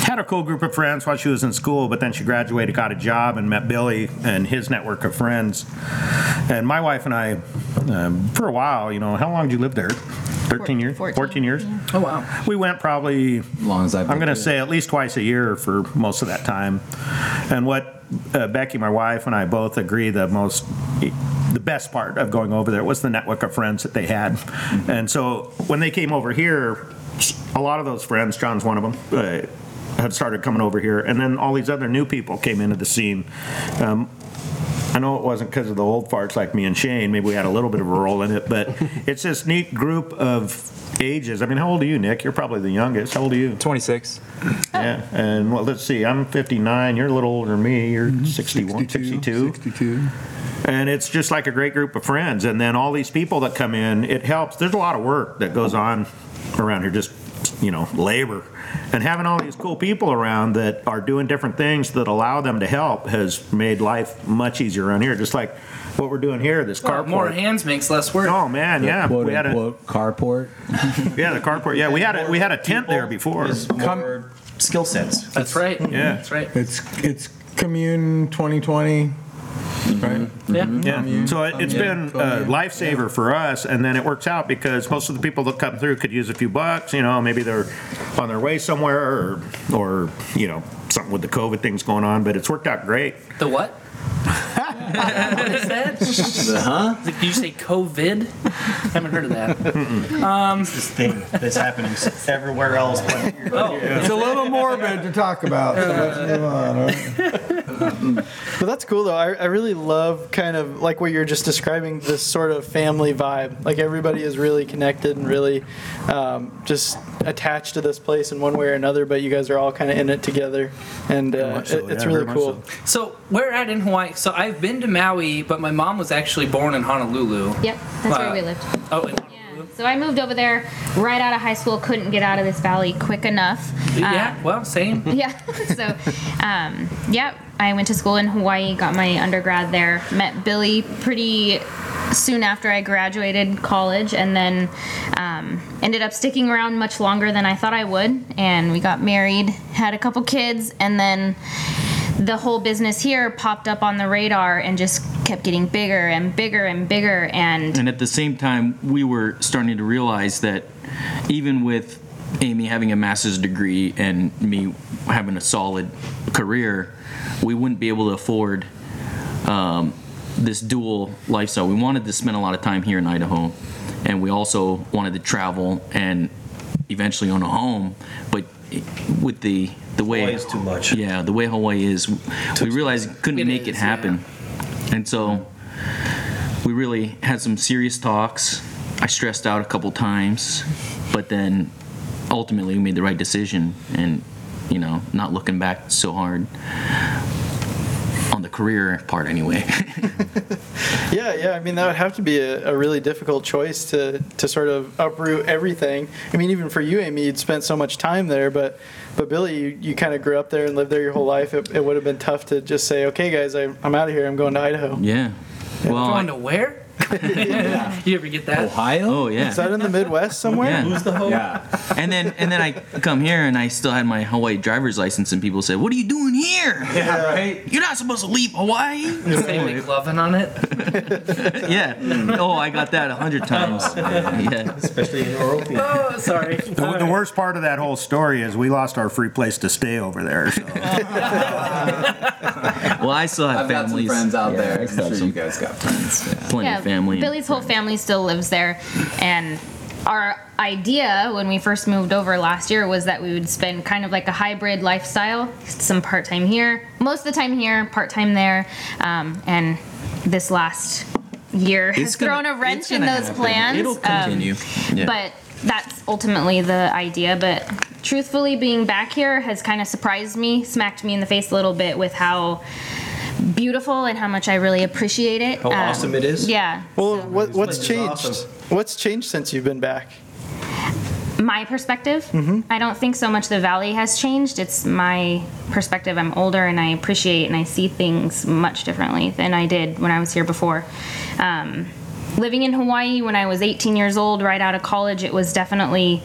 Speaker 6: had a cool group of friends while she was in school, but then she graduated, got a job, and met Billy and his network of friends. And my wife and I, um, for a while, you know, how long did you live there? 13 years?
Speaker 8: 14,
Speaker 6: 14 years?
Speaker 7: Oh wow.
Speaker 6: We went probably
Speaker 5: As long as I've
Speaker 6: I'm
Speaker 5: been
Speaker 6: going to
Speaker 5: here.
Speaker 6: say at least twice a year for most of that time. And what uh, Becky, my wife, and I both agree the most, the best part of going over there was the network of friends that they had. And so when they came over here, a lot of those friends, John's one of them, uh, had started coming over here. And then all these other new people came into the scene. Um, I know it wasn't because of the old farts like me and Shane. Maybe we had a little bit of a role in it, but it's this neat group of ages. I mean, how old are you, Nick? You're probably the youngest. How old are you?
Speaker 3: 26.
Speaker 6: Yeah, and well, let's see, I'm 59, you're a little older than me, you're 61, 62.
Speaker 2: 62.
Speaker 6: And it's just like a great group of friends. And then all these people that come in, it helps. There's a lot of work that goes on around here, just, you know, labor. And having all these cool people around that are doing different things that allow them to help has made life much easier around here. Just like what we're doing here, this
Speaker 7: Well, Uh, more
Speaker 6: carport.
Speaker 7: hands makes less work.
Speaker 6: Oh, man, yeah.
Speaker 5: Quote
Speaker 6: We had a,
Speaker 5: unquote carport.
Speaker 6: yeah, the carport. Yeah, we had a, we had a tent there before.
Speaker 9: Is more skill sets.
Speaker 7: That's right.
Speaker 6: Yeah.
Speaker 7: That's right.
Speaker 2: It's, it's Commune 2020, right?
Speaker 7: Yeah.
Speaker 6: Yeah. So it, it's
Speaker 2: Yeah.
Speaker 6: been
Speaker 2: Come
Speaker 6: a
Speaker 2: in.
Speaker 6: lifesaver for us, and then it works out because most of the people that come through could use a few bucks. You know, maybe they're on their way somewhere, or, or you know, something with the COVID things going on. But it's worked out great.
Speaker 7: The what? what is that?
Speaker 5: The
Speaker 6: Uh-huh.
Speaker 5: huh?
Speaker 7: Like, Did you say COVID? I haven't heard Um, of that.
Speaker 9: This thing that's happening everywhere else. But here.
Speaker 7: Oh,
Speaker 2: It's a little morbid to talk about, so let's move on. all right?
Speaker 4: But that's cool though. I, I really love kind of like what you're just describing this sort of family vibe. Like everybody is really connected and really um, just attached to this place in one way or another. But you guys are all kind of in it together, and uh,
Speaker 6: so,
Speaker 4: it- it's
Speaker 6: yeah,
Speaker 4: really
Speaker 6: very much
Speaker 4: cool.
Speaker 7: So we're at in Hawaii. So I've been to Maui, but my mom was actually born in Honolulu.
Speaker 8: Yep. That's where we
Speaker 7: Wow.
Speaker 8: lived.
Speaker 7: Oh, in
Speaker 8: Yeah.
Speaker 7: Honolulu.
Speaker 8: So I moved over there right out of high school. Couldn't get out of this valley quick enough. Uh,
Speaker 7: Yeah. well, same.
Speaker 8: Yeah. so, um, yep. I went to school in Hawaii, got my undergrad there, met Billy pretty soon after I graduated college, and then um, ended up sticking around much longer than I thought I would. And we got married, had a couple kids, and then the whole business here popped up on the radar and just kept getting bigger and bigger and bigger. And
Speaker 1: and at the same time, we were starting to realize that even with Amy having a master's degree and me having a solid career, we wouldn't be able to afford um, this dual lifestyle. We wanted to spend a lot of time here in Idaho, and we also wanted to travel and eventually own a home. But with the the way
Speaker 9: Hawaii's too much.
Speaker 1: yeah, the way Hawaii is, we realized we couldn't
Speaker 7: It
Speaker 1: make
Speaker 7: is,
Speaker 1: it happen, and so we really had some serious talks. I stressed out a couple times, but then ultimately we made the right decision, and you know, not looking back so hard on the career part anyway.
Speaker 4: Yeah, yeah. I mean, that would have to be a, a really difficult choice to, to sort of uproot everything. I mean, even for you, Amy, you'd spent so much time there, but but Billy, you, you kind of grew up there and lived there your whole life. It, it would have been tough to just say, okay, guys, I, I'm out of here. I'm going to Idaho.
Speaker 1: yeah. Well, I-
Speaker 7: Going to where? you ever get that?
Speaker 5: Ohio?
Speaker 1: oh yeah.
Speaker 4: Is that in the Midwest somewhere?
Speaker 1: Yeah.
Speaker 9: Who's the hoe?
Speaker 5: Yeah.
Speaker 1: and then and then I come here and I still had my Hawaii driver's license and people said, "What are you doing here?
Speaker 5: Yeah, right?
Speaker 1: You're not supposed to leave Hawaii."
Speaker 7: Say McLovin on it.
Speaker 1: yeah. Oh, I got that a hundred times. Yeah.
Speaker 9: Especially in oral.
Speaker 7: Oh, sorry.
Speaker 6: The, the worst part of that whole story is we lost our free place to stay over there. So.
Speaker 1: Well, I still have
Speaker 5: I've got some
Speaker 1: families.
Speaker 5: friends out there.
Speaker 1: I've got
Speaker 5: I'm sure
Speaker 1: some-
Speaker 5: you guys got friends. Yeah.
Speaker 1: Plenty of family.
Speaker 8: Billy's whole family still lives there, and our idea when we first moved over last year was that we would spend kind of like a hybrid lifestyle, some part time here, most of the time here, part time there, um, and this last year has thrown a wrench in those plans.
Speaker 1: It'll
Speaker 8: um,
Speaker 1: continue. yeah.
Speaker 8: but that's ultimately the idea but truthfully being back here has kind of surprised me smacked me in the face a little bit with how beautiful and how much i really appreciate it
Speaker 9: How awesome it is.
Speaker 8: Um, yeah
Speaker 4: Well, what, what's
Speaker 9: This place
Speaker 4: changed?
Speaker 9: is awesome.
Speaker 4: What's changed since you've been back?
Speaker 8: my perspective
Speaker 9: Mm-hmm.
Speaker 8: i don't think so much the valley has changed it's my perspective i'm older and i appreciate and i see things much differently than i did when i was here before um, living in hawaii when i was 18 years old right out of college it was definitely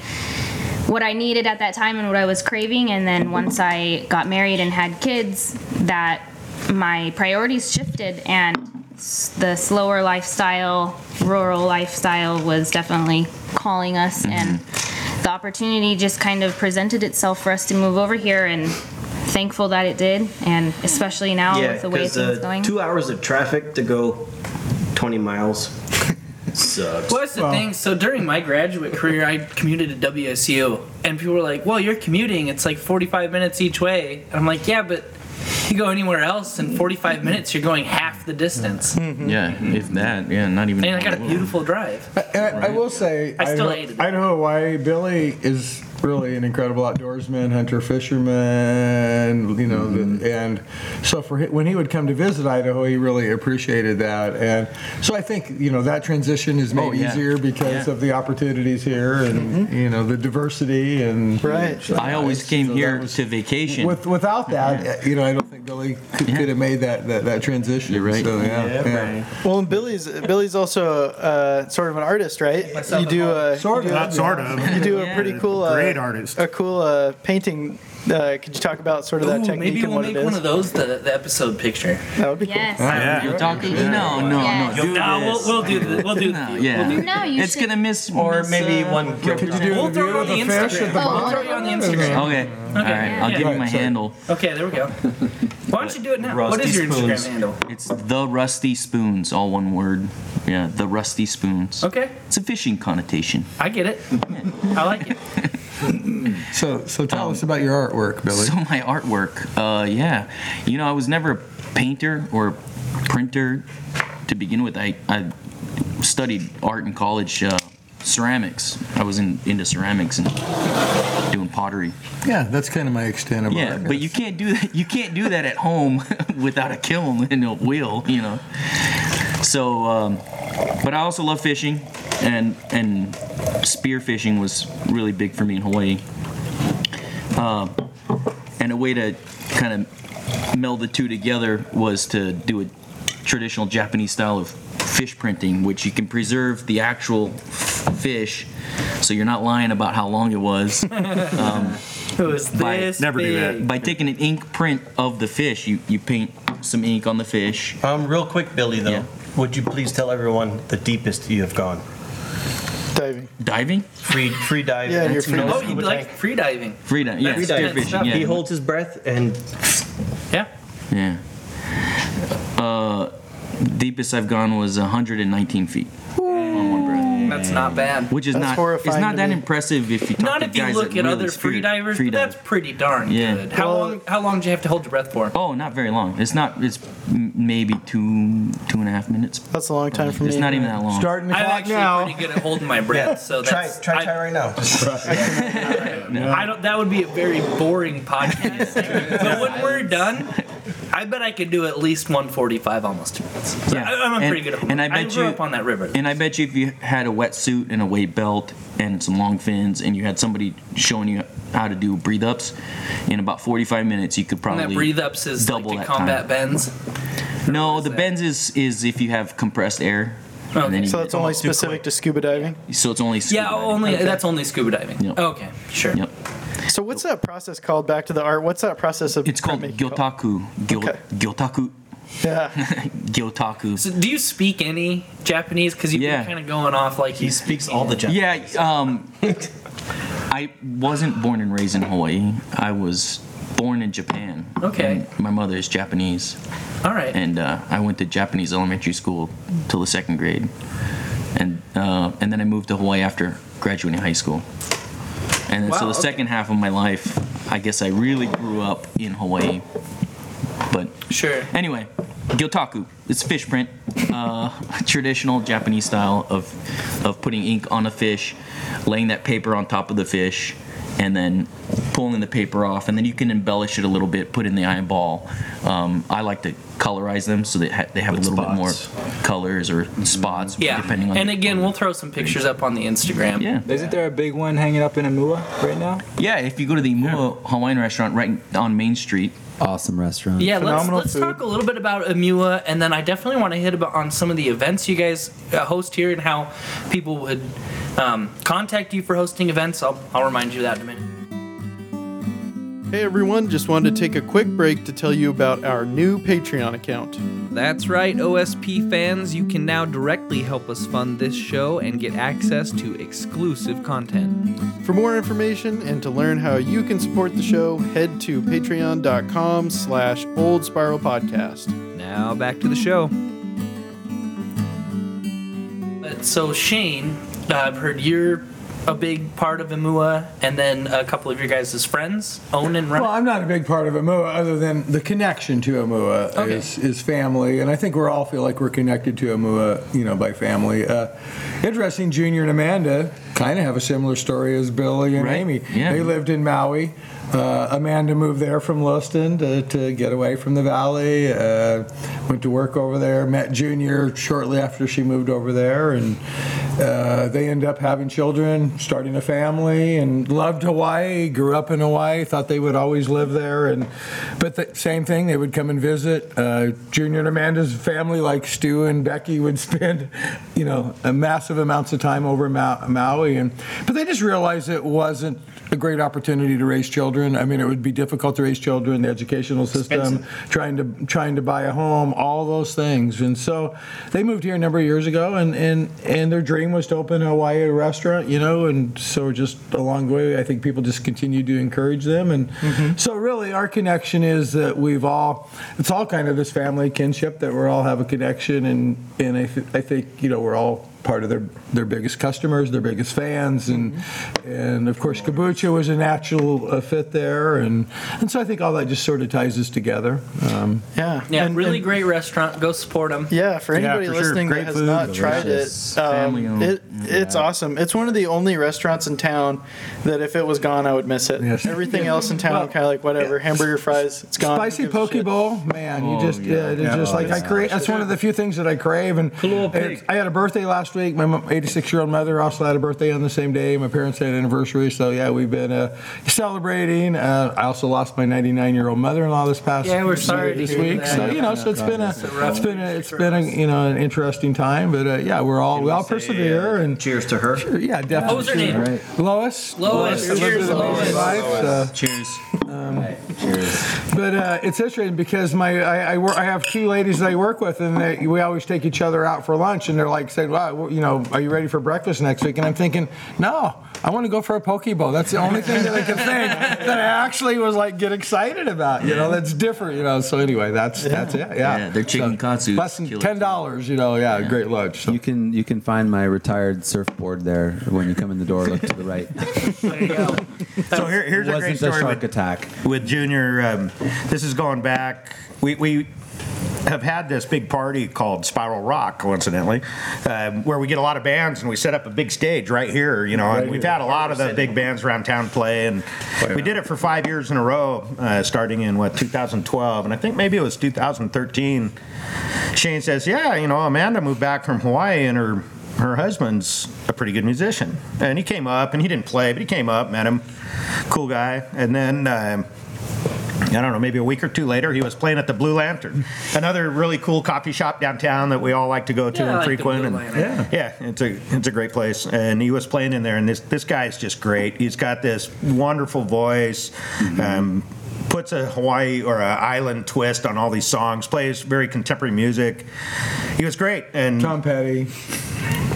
Speaker 8: what I needed at that time and what I was craving. And then once I got married and had kids, that my priorities shifted and s- the slower lifestyle, rural lifestyle was definitely calling
Speaker 9: Mm-hmm.
Speaker 8: us. And the opportunity just kind of presented itself for us to move over here and thankful that it did. And especially now
Speaker 9: Yeah,
Speaker 8: with the way
Speaker 9: because
Speaker 8: things
Speaker 9: uh,
Speaker 8: going.
Speaker 9: two hours of traffic to go 20 miles sucks.
Speaker 7: Well, that's the thing. So during my graduate career, I commuted to WSU, and people were like, "Well, you're commuting. It's like 45 minutes each way." And I'm like, "Yeah, but you go anywhere else in 45 minutes, you're going half the distance." And
Speaker 1: Mm-hmm. yeah. If that. Yeah. Not even.
Speaker 7: I got a beautiful drive.
Speaker 2: And I, I will say,
Speaker 7: I
Speaker 2: Idaho,
Speaker 7: still hated it.
Speaker 2: Idaho, Hawaii, Billy is really an incredible outdoorsman, hunter, fisherman, you know,
Speaker 1: Mm-hmm.
Speaker 2: the, and so for hi- when he would come to visit Idaho, he really appreciated that. And so I think, you know, that transition is made
Speaker 1: Oh, yeah.
Speaker 2: easier because
Speaker 1: Yeah. Mm-hmm.
Speaker 2: of the opportunities here and, you know, the diversity and.
Speaker 4: Right.
Speaker 1: I always came
Speaker 2: So that
Speaker 1: here
Speaker 2: was-
Speaker 1: to vacation.
Speaker 2: With, without that, you know, I don't think Billy could,
Speaker 1: Yeah.
Speaker 2: could have made that, that, that transition.
Speaker 1: You're right.
Speaker 2: So, yeah, yeah.
Speaker 4: Well, and Billy's Billy's also uh, sort of an artist, right?
Speaker 7: Myself
Speaker 4: you do a
Speaker 2: Sort of.
Speaker 6: Not sort of.
Speaker 4: you do a
Speaker 1: Yeah.
Speaker 4: pretty cool uh,
Speaker 6: Great artist.
Speaker 4: a cool uh, painting. Uh, could you talk about sort of that
Speaker 7: Ooh,
Speaker 4: technique
Speaker 7: maybe
Speaker 4: and
Speaker 7: we'll
Speaker 4: what
Speaker 7: make
Speaker 4: it is?
Speaker 7: one of those the, the episode picture.
Speaker 4: that would be
Speaker 8: yes.
Speaker 6: Yeah.
Speaker 1: You're talking. No. No.
Speaker 8: Yes.
Speaker 1: No. Do
Speaker 7: no,
Speaker 1: this.
Speaker 7: we'll we'll do the, we'll do the,
Speaker 1: No,
Speaker 7: we'll
Speaker 1: yeah.
Speaker 7: do-
Speaker 8: No, you
Speaker 1: it's
Speaker 8: should-
Speaker 1: gonna miss.
Speaker 9: Or
Speaker 1: miss,
Speaker 9: maybe
Speaker 1: uh,
Speaker 9: one guilt
Speaker 2: Could you do
Speaker 7: We'll
Speaker 2: the
Speaker 7: throw it
Speaker 2: view
Speaker 7: on
Speaker 2: of
Speaker 7: the
Speaker 2: the fish
Speaker 7: Instagram.
Speaker 2: at the
Speaker 8: Oh,
Speaker 7: We'll throw you on the Instagram.
Speaker 1: Okay. All right. I'll give you
Speaker 2: Yeah.
Speaker 1: my
Speaker 2: Sorry.
Speaker 1: handle.
Speaker 7: Okay, there we go. Why don't you do it now? what
Speaker 9: Rusty
Speaker 7: is your
Speaker 9: spoons.
Speaker 7: Instagram handle?
Speaker 1: It's the rusty spoons, all one word. Yeah, the rusty spoons.
Speaker 7: Okay,
Speaker 1: It's a fishing connotation.
Speaker 7: I get it. I like it.
Speaker 2: So, so tell us about your artwork, Billy.
Speaker 1: Um, So my artwork, uh, yeah, you know, I was never a painter or a printer to begin with. I, I studied art in college, uh, ceramics. I was in, into ceramics and doing pottery.
Speaker 2: Yeah, that's kind of my extent of
Speaker 1: Yeah,
Speaker 2: art.
Speaker 1: but you can't do that. You can't do that at home without a kiln and a wheel, you know. So, um, but I also love fishing, and and spear fishing was really big for me in Hawaii. Uh, and a way to kind of meld the two together was to do a traditional Japanese style of fish printing, which you can preserve the actual fish, so you're not lying about how long it was. Um,
Speaker 7: Who's
Speaker 1: Bye.
Speaker 7: this?
Speaker 6: Never do that.
Speaker 7: big?
Speaker 1: By taking an ink print of the fish, you, you paint some ink on the fish.
Speaker 9: Um, real quick, Billy, though,
Speaker 1: Yeah.
Speaker 9: would you please tell everyone the deepest you have gone?
Speaker 4: diving.
Speaker 1: Diving?
Speaker 9: Free, free dive.
Speaker 4: Yeah, you're free
Speaker 7: Oh, you like free diving?
Speaker 1: Free diving. Yeah,
Speaker 7: Free
Speaker 1: spear
Speaker 7: diving.
Speaker 1: fishing.
Speaker 9: He
Speaker 1: Yeah.
Speaker 9: holds his breath and
Speaker 7: Yeah.
Speaker 1: yeah. Uh, deepest I've gone was 119 feet on one breath.
Speaker 10: That's not bad.
Speaker 1: which is
Speaker 4: That's
Speaker 1: not
Speaker 4: horrifying
Speaker 1: it's not
Speaker 4: to
Speaker 1: that
Speaker 4: me.
Speaker 1: impressive if you talk
Speaker 10: Not
Speaker 1: to
Speaker 10: if you
Speaker 1: guys
Speaker 10: look
Speaker 1: that
Speaker 10: at
Speaker 1: really
Speaker 10: other free divers,
Speaker 1: free
Speaker 10: but that's pretty darn
Speaker 1: Yeah.
Speaker 10: good. How
Speaker 4: Well-
Speaker 10: long? How long do you have to hold your breath for?
Speaker 1: Oh, not very long. It's not. It's m- maybe two, two and a half minutes.
Speaker 4: That's a long time for me.
Speaker 1: It's not even that long.
Speaker 2: Starting the
Speaker 10: I'm
Speaker 2: clock
Speaker 10: actually
Speaker 2: now.
Speaker 10: pretty good at holding my breath, so
Speaker 9: try,
Speaker 10: that's
Speaker 9: try,
Speaker 10: I-
Speaker 9: try right now.
Speaker 10: I don't. That would be a very boring podcast. but when we're done, I bet I could do at least 145 almost two minutes. So
Speaker 1: Yeah.
Speaker 10: I, am
Speaker 1: And-
Speaker 10: pretty good. At
Speaker 1: and I bet
Speaker 10: grew
Speaker 1: you-
Speaker 10: up on that river.
Speaker 1: And I bet you, if you had a wetsuit and a weight belt and some long fins, and you had somebody showing you how to do breathe ups, in about 45 minutes, you could
Speaker 10: And
Speaker 1: probably
Speaker 10: that breathe ups is
Speaker 1: double
Speaker 10: like to
Speaker 1: that
Speaker 10: combat
Speaker 1: time.
Speaker 10: bends.
Speaker 1: No, the
Speaker 10: that?
Speaker 1: bends is is if you have compressed air.
Speaker 10: Okay.
Speaker 1: you-
Speaker 4: So that's only specific to scuba diving.
Speaker 1: so it's only scuba
Speaker 10: Yeah,
Speaker 1: diving.
Speaker 10: only that's only scuba diving.
Speaker 1: Yep.
Speaker 10: Okay, sure.
Speaker 1: Yep.
Speaker 4: So what's that process called? Back to the art. What's that process of?
Speaker 1: It's called
Speaker 4: permit-
Speaker 1: gyotaku. Gyo-
Speaker 4: Okay.
Speaker 1: Gyotaku.
Speaker 4: Yeah.
Speaker 1: Gyotaku.
Speaker 10: So do you speak any Japanese? Because you've
Speaker 1: Yeah.
Speaker 10: been kind of going off like
Speaker 9: He speaks all the Japanese.
Speaker 1: Yeah, um, I wasn't born and raised in Hawaii. I was born in Japan.
Speaker 10: Okay.
Speaker 1: And my mother is Japanese,
Speaker 10: All right.
Speaker 1: and uh, I went to Japanese elementary school till the second grade, and uh, and then I moved to Hawaii after graduating high school. And then,
Speaker 10: Wow,
Speaker 1: so the
Speaker 10: okay.
Speaker 1: second half of my life, I guess I really grew up in Hawaii. But
Speaker 10: sure.
Speaker 1: Anyway, gyotaku. It's fish print, uh, traditional Japanese style of of putting ink on a fish, laying that paper on top of the fish, and then pulling the paper off, and then you can embellish it a little bit, put in the eyeball. Um, I like to colorize them so that ha- they have
Speaker 9: With
Speaker 1: a little
Speaker 9: spots.
Speaker 1: bit more colors or spots,
Speaker 10: Yeah.
Speaker 1: depending on.
Speaker 10: and
Speaker 1: the-
Speaker 10: again, we'll throw some pictures up on the Instagram.
Speaker 1: yeah,
Speaker 3: Isn't there a big one hanging up in Amua right now?
Speaker 1: yeah. If you go to the Mua Hawaiian restaurant right on Main Street,
Speaker 5: Awesome restaurant.
Speaker 10: Yeah, let's,
Speaker 4: Phenomenal
Speaker 10: let's
Speaker 4: food.
Speaker 10: talk a little bit about Amua, and then I definitely want to hit about on some of the events you guys uh, host here and how people would um, contact you for hosting events. I'll, I'll remind you of that in a minute.
Speaker 4: Hey everyone, just wanted to take a quick break to tell you about our new Patreon account.
Speaker 7: That's right, OSP fans. You can now directly help us fund this show and get access to exclusive content.
Speaker 4: For more information and to learn how you can support the show, head to patreon.com slash old spiral podcast.
Speaker 7: Now back to the show.
Speaker 10: But, so Shane, uh, I've heard you're a big part of Amua, and then a couple of your guys' friends, Owen and
Speaker 2: Well,
Speaker 10: Ryan.
Speaker 2: I'm not a big part of Amua, other than the connection to Amua
Speaker 10: Okay.
Speaker 2: is, is family, and I think we all feel like we're connected to Amua, you know, by family. Uh, interesting, Junior and Amanda kind of have a similar story as Billy and
Speaker 1: Right,
Speaker 2: Amy.
Speaker 1: yeah.
Speaker 2: They lived in Maui. Uh, Amanda moved there from Lewiston to, to get away from the valley. Uh, went to work over there. Met Junior shortly after she moved over there, and uh, they end up having children, starting a family, and loved Hawaii. Grew up in Hawaii. Thought they would always live there, and but the same thing. They would come and visit. Uh, Junior and Amanda's family, like Stu and Becky, would spend, you know, a massive amounts of time over Mau- Maui, and but they just realized it wasn't a great opportunity to raise children. I mean, it would be difficult to raise children. The educational system, trying to trying to buy a home, all those things, and so they moved here a number of years ago, and and and their dream was to open a Hawaii restaurant, you know, and so just along the way, I think people just continued to encourage them, and so really our connection is that we've all it's all kind of this family kinship that we all have a connection, and and I, th- I think you know we're all part of their their biggest customers, their biggest fans, and and of course kombucha was a natural uh, fit there, and and so I think all that just sort of ties us together. Um,
Speaker 4: Yeah.
Speaker 10: yeah,
Speaker 4: and-
Speaker 10: really
Speaker 4: and-
Speaker 10: great restaurant. Go support them.
Speaker 4: Yeah, for
Speaker 2: Yeah,
Speaker 4: anybody
Speaker 2: for sure.
Speaker 4: listening
Speaker 2: Great
Speaker 4: that has
Speaker 2: food,
Speaker 4: not tried
Speaker 5: delicious.
Speaker 4: it, um,
Speaker 1: Family owned.
Speaker 4: it it's awesome. It's one of the only restaurants in town that if it was gone, I would miss it.
Speaker 2: Yes.
Speaker 4: Everything else in town,
Speaker 2: Well,
Speaker 4: kind of like whatever, hamburger fries, it's gone. Who
Speaker 2: Spicy
Speaker 4: gives a
Speaker 2: poke
Speaker 4: shit?
Speaker 2: bowl, man, you just Oh, yeah, it's just like I crave. That's one of the few things that I crave. And it's- I had a birthday last week. My 86 year old mother also had a birthday on the same day. My parents had an anniversary, so yeah, we've been uh, celebrating. Uh, I also lost my 99 year old mother in law this past
Speaker 10: Yeah, we're sorry to
Speaker 2: this
Speaker 10: hear
Speaker 2: week.
Speaker 10: that.
Speaker 2: So you know, so it's been a it's been a, it's been a you know an interesting time. But uh, yeah, we're all we all persevere and
Speaker 9: Cheers to her.
Speaker 2: yeah, definitely.
Speaker 10: What was her name?
Speaker 5: Right.
Speaker 2: Lois.
Speaker 10: Lois.
Speaker 2: I lived
Speaker 10: Cheers,
Speaker 2: a long
Speaker 10: Lois.
Speaker 2: life, so-
Speaker 1: cheers.
Speaker 2: Um, but uh, it's interesting because my I, I, work, I have two ladies that I work with, and they, we always take each other out for lunch, and they're like saying, "Wow, well, you know, are you ready for breakfast next week?" And I'm thinking, "No, I want to go for a poke bowl. That's the only thing that I can think that I actually was like get excited about. You know, that's different. You know, so anyway, that's that's it. Yeah,
Speaker 1: Yeah, their chicken katsu
Speaker 2: less than
Speaker 1: kill it.
Speaker 2: ten dollars. You know, yeah, great lunch. So.
Speaker 5: You can you can find my retired surfboard there when you come in the door. Look to the right.
Speaker 6: So here, here's a great
Speaker 5: Wasn't a
Speaker 6: story
Speaker 5: shark
Speaker 6: with,
Speaker 5: attack.
Speaker 6: with Junior. Um, this is going back. We, we have had this big party called Spiral Rock, coincidentally, um, where we get a lot of bands and we set up a big stage right here. You know, and we've had a lot of the big bands around town play, and we did it for five years in a row, uh, starting in what 2012, and I think maybe it was 2013. Shane says, "Yeah, you know, Amanda moved back from Hawaii, and her." Her husband's a pretty good musician, and he came up and he didn't play, but he came up, met him, cool guy. And then um, I don't know, maybe a week or two later, he was playing at the Blue Lantern, another really cool coffee shop downtown that we all like to go to
Speaker 10: Yeah, I
Speaker 6: and
Speaker 10: like the
Speaker 6: frequent.
Speaker 10: Blue
Speaker 6: and
Speaker 10: Lantern.
Speaker 6: yeah, yeah, it's a it's a great place. And he was playing in there, and this this guy's just great. He's got this wonderful voice. Um, puts a Hawaii or a island twist on all these songs. Plays very contemporary music. He was great, and
Speaker 2: Tom Petty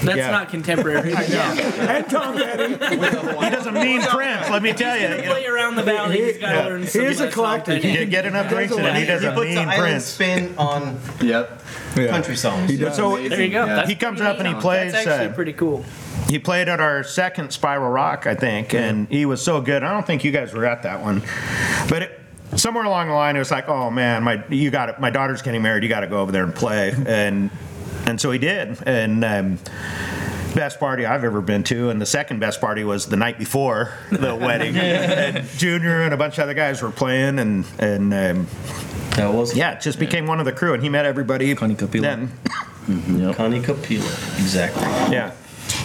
Speaker 10: That's
Speaker 6: Yeah.
Speaker 10: not contemporary. yeah.
Speaker 2: and Tom Petty.
Speaker 6: he doesn't mean Prince. Let me tell you. you know.
Speaker 10: Play around the valley. He's got to
Speaker 6: yeah.
Speaker 10: learn
Speaker 2: He's
Speaker 10: some
Speaker 2: a
Speaker 10: lesson
Speaker 2: collector.
Speaker 10: on that.
Speaker 6: You get enough drinks in it, he doesn't
Speaker 9: puts the
Speaker 6: mean
Speaker 9: island
Speaker 6: Prince.
Speaker 9: spin on
Speaker 5: Yep.
Speaker 9: country songs.
Speaker 2: does.
Speaker 6: So
Speaker 10: There you go.
Speaker 5: Yeah.
Speaker 10: That's,
Speaker 6: he comes up and he plays.
Speaker 10: that's actually
Speaker 6: uh,
Speaker 10: pretty cool.
Speaker 6: he played at our second Spiral Rock, I think, and he was so good. I don't think you guys were at that one, but it, somewhere along the line, it was like, oh man, my you got it. My daughter's getting married. You got to go over there and play, and and so he did, and. Um, Best party I've ever been to, and the second best party was the night before the wedding. and Junior and a bunch of other guys were playing, and and um,
Speaker 9: That was
Speaker 6: yeah, it just became one of the crew. And he met everybody.
Speaker 1: Connie Kapila.
Speaker 6: Then,
Speaker 9: Connie Kapila. Mm-hmm. Exactly.
Speaker 6: yeah,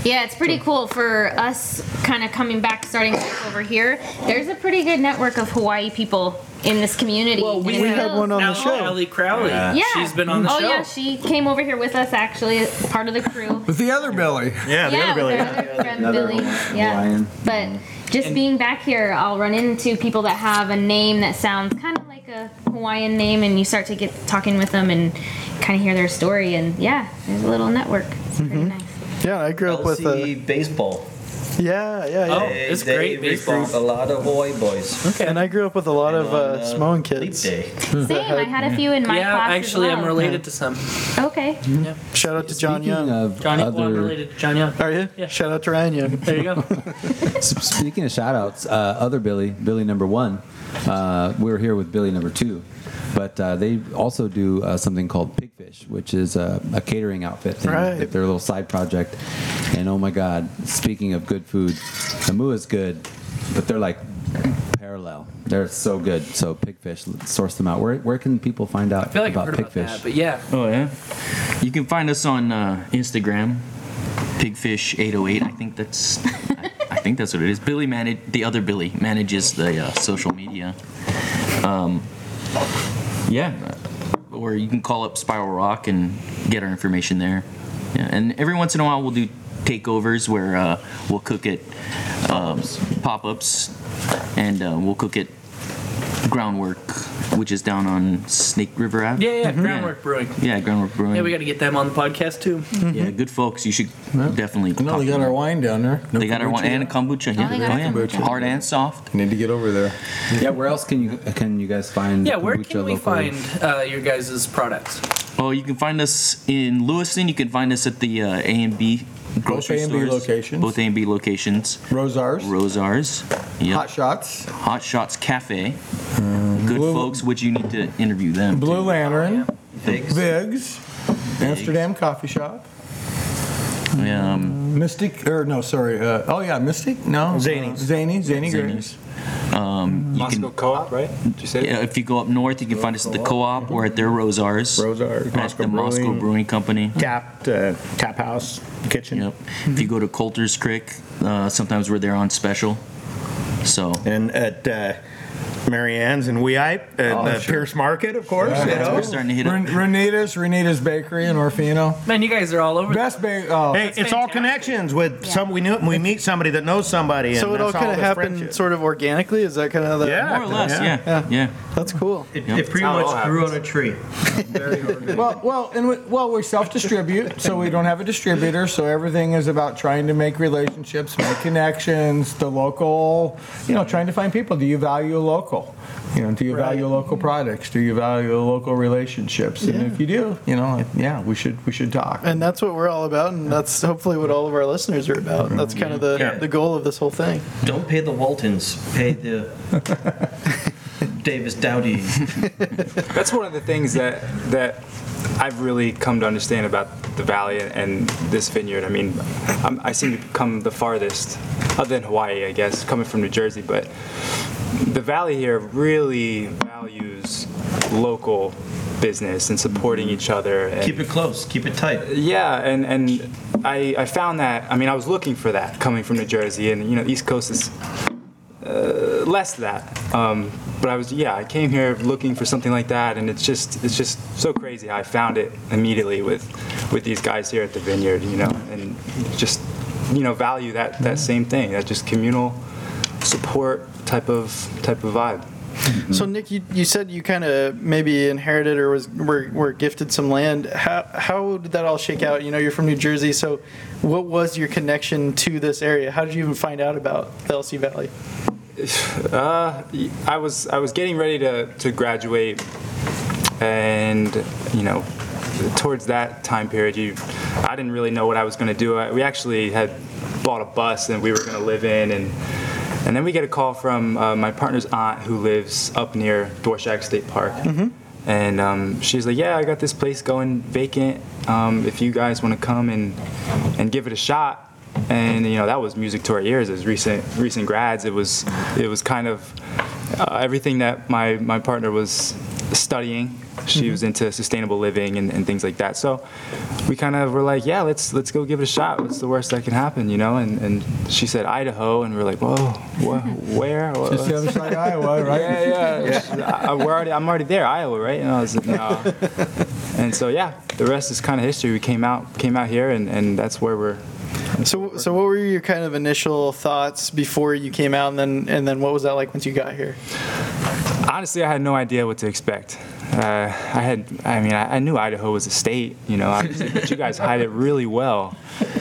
Speaker 8: Yeah, it's pretty cool for us kind of coming back, starting back over here. There's a pretty good network of Hawaii people in this community.
Speaker 10: Well, we
Speaker 8: And
Speaker 10: had
Speaker 8: so-
Speaker 4: one on- the
Speaker 10: Now,
Speaker 4: show.
Speaker 10: Allie Crowley.
Speaker 8: Yeah.
Speaker 10: She's been on the
Speaker 8: oh,
Speaker 10: show.
Speaker 8: Oh, yeah, she came over here with us, actually, as part of the crew.
Speaker 2: With the other Billy.
Speaker 6: yeah, the
Speaker 8: yeah,
Speaker 6: other Billy.
Speaker 8: with our other friend
Speaker 5: Another
Speaker 8: Billy.
Speaker 5: Hawaiian.
Speaker 8: Yeah.
Speaker 5: Hawaiian.
Speaker 8: But just being back here, I'll run into people that have a name that sounds kind of like a Hawaiian name, and you start to get talking with them and kind of hear their story. And yeah, there's a little network. It's pretty nice.
Speaker 4: Mm-hmm. Yeah, I grew up with a.
Speaker 9: LC baseball.
Speaker 4: Yeah, yeah, yeah.
Speaker 10: Oh,
Speaker 9: They-
Speaker 10: it's
Speaker 9: they
Speaker 10: great
Speaker 9: recruit
Speaker 10: baseball.
Speaker 9: A lot of Hawaii boys.
Speaker 10: Okay.
Speaker 4: And I grew up with a lot of
Speaker 9: On,
Speaker 4: uh, Samoan kids.
Speaker 9: Leap day.
Speaker 8: Same, I had a few in my
Speaker 10: yeah,
Speaker 8: class. as
Speaker 10: actually, I'm
Speaker 8: well.
Speaker 10: related to some.
Speaker 8: Okay.
Speaker 4: Shout out to John
Speaker 5: Speaking
Speaker 4: Young.
Speaker 5: of uh,
Speaker 10: Johnny, well, I'm
Speaker 5: other,
Speaker 10: related to John Young.
Speaker 4: Are you?
Speaker 10: Yeah.
Speaker 4: Shout out to Ryan Young.
Speaker 10: There you go.
Speaker 5: speaking of shout outs, uh, other Billy, Billy number one, uh, we were here with Billy number two, but uh, they also do uh, something called Pigfish, which is a, a catering outfit thing,
Speaker 4: Right.
Speaker 5: that their little side project. And oh my God, speaking of good food, Amua is good, but they're like parallel. They're so good. So Pigfish, source them out. Where, where can people find out
Speaker 10: I feel like
Speaker 5: about
Speaker 10: I've heard about
Speaker 5: Pigfish?
Speaker 10: that, but yeah.
Speaker 1: Oh yeah. You can find us on uh, Instagram, pigfish808. I think that's. I- I think that's what it is. Billy manage the other Billy manages the uh, social media. Um, yeah, or you can call up Spiral Rock and get our information there. Yeah, and every once in a while we'll do takeovers where uh, we'll cook at um, pop-ups, and uh, we'll cook at groundwork, which is down on Snake River Ave. Mm-hmm.
Speaker 10: Yeah, yeah, Groundwork Brewing.
Speaker 1: Yeah, Groundwork Brewing.
Speaker 10: Yeah, we got to get them on the podcast too.
Speaker 1: Yeah, good folks. You should definitely.
Speaker 2: No,
Speaker 1: talk
Speaker 2: they
Speaker 1: to
Speaker 2: got
Speaker 1: them.
Speaker 2: our wine down there. No
Speaker 1: They got our one
Speaker 2: kombucha
Speaker 1: and a
Speaker 2: yet?
Speaker 1: kombucha. Yeah,
Speaker 8: they got a
Speaker 1: Oh, yeah.
Speaker 2: kombucha.
Speaker 1: hard and soft.
Speaker 2: Need to get over there.
Speaker 5: Yeah, where else can you can you guys find?
Speaker 10: Yeah, where
Speaker 5: kombucha
Speaker 10: can we
Speaker 5: locally?
Speaker 10: find uh, your guys' products?
Speaker 1: Oh, you can find us in Lewiston. You can find us at the uh, A and B grocery
Speaker 2: A and B
Speaker 1: stores.
Speaker 2: locations.
Speaker 1: Both A and B locations.
Speaker 2: Rosars.
Speaker 1: Rosars. Yep.
Speaker 2: Hot Shots. Mm-hmm.
Speaker 1: Hot Shots Cafe. Good
Speaker 2: Blue-
Speaker 1: folks, which you need to interview them.
Speaker 2: Blue
Speaker 1: too.
Speaker 2: Lantern.
Speaker 9: Figs.
Speaker 2: Vig's. Amsterdam Coffee Shop.
Speaker 1: Um,
Speaker 2: Mystic, or no, sorry. Uh, oh, yeah, Mystic? No.
Speaker 6: Zanies.
Speaker 2: Uh, Zany. Zany
Speaker 1: Zanies.
Speaker 2: Grapes.
Speaker 1: um, you
Speaker 3: Moscow
Speaker 1: can,
Speaker 3: Co-op, right? Did you say?
Speaker 1: yeah, if you go up north, you can find us at the co-op or at their Rosars.
Speaker 6: Rosars,
Speaker 1: At
Speaker 6: Moscow
Speaker 1: the Moscow
Speaker 6: Brewing.
Speaker 1: Brewing Company.
Speaker 6: Tap uh, tap house kitchen.
Speaker 1: Yep. If you go to Coulter's Creek, uh, sometimes we're there on special. So
Speaker 6: And at uh, Marianne's and Weipe and uh, Pierce Market, of course. you know.
Speaker 1: We're starting to hit up.
Speaker 2: Renita's, Renita's Bakery in Orfino.
Speaker 10: Man, you guys are all over.
Speaker 2: Best bake. Oh,
Speaker 6: Hey, it's all connections with some we knew we meet somebody that knows somebody and
Speaker 4: So it all
Speaker 6: that's
Speaker 4: kind of
Speaker 6: the
Speaker 4: happened
Speaker 6: friendship.
Speaker 4: sort of organically. Is that kind of the?
Speaker 6: Yeah.
Speaker 1: More or less, yeah.
Speaker 4: Yeah.
Speaker 1: Yeah.
Speaker 4: That's cool.
Speaker 9: It, it pretty much grew on a tree.
Speaker 2: well, well, and we, well, we self-distribute, so we don't have a distributor. So everything is about trying to make relationships, make connections, the local, you know, trying to find people. Do you value local? You know, do you value local products? Do you value local relationships? And if you do, you know, like, yeah, we should we should talk.
Speaker 4: And that's what we're all about, and that's hopefully what all of our listeners are about.
Speaker 5: Mm-hmm.
Speaker 4: And that's kind of the,
Speaker 9: Yeah.
Speaker 4: the goal of this whole thing.
Speaker 9: Don't pay the Waltons. Pay the Davis Dowdy.
Speaker 3: That's one of the things that that I've really come to understand about the valley and, and this vineyard. I mean, I'm, I seem to come the farthest, other than Hawaii, I guess, coming from New Jersey. But the valley here really values local business and supporting each other. And
Speaker 9: Keep it close. Keep it tight.
Speaker 3: yeah, and and I I found that. I mean, I was looking for that coming from New Jersey, and you know, East Coast is uh, less that. Um, but I was yeah, I came here looking for something like that, and it's just it's just so crazy. how I found it immediately with with these guys here at the vineyard, you know, and just you know value that that same thing, that just communal support type of type of vibe.
Speaker 4: So, Nick, you, you said you kind of maybe inherited or was were, were gifted some land. How how did that all shake out? You know, you're from New Jersey, so what was your connection to this area? How did you even find out about the LC Valley?
Speaker 3: Uh, I was I was getting ready to, to graduate, and you know, towards that time period, you, I didn't really know what I was going to do. I, we actually had bought a bus and we were going to live in, and and then we get a call from uh, my partner's aunt who lives up near Dorshak State Park. And um, she's like, "Yeah, I got this place going vacant. Um, if you guys want to come and and give it a shot." And you know, that was music to our ears as recent recent grads. It was it was kind of uh, everything that my my partner was studying.
Speaker 2: Mm-hmm.
Speaker 3: She was into sustainable living and, and things like that. So we kind of were like, "Yeah, let's let's go give it a shot. What's the worst that can happen?" You know. And and she said Idaho, and we are like, "Whoa, wha- where?" Wha-
Speaker 2: It's the other side of Iowa, right?
Speaker 3: yeah, yeah. yeah. I, I- we're already, I'm already there, Iowa, right? And I was like, no. and so yeah, the rest is kind of uh, history. We came out, came out here, and, and that's where we're.
Speaker 4: So, so what were your kind of initial thoughts before you came out, and then and then what was that like once you got here?
Speaker 3: Honestly, I had no idea what to expect. Uh, I had, I mean, I, I knew Idaho was a state, you know, obviously, but you guys hide it really well.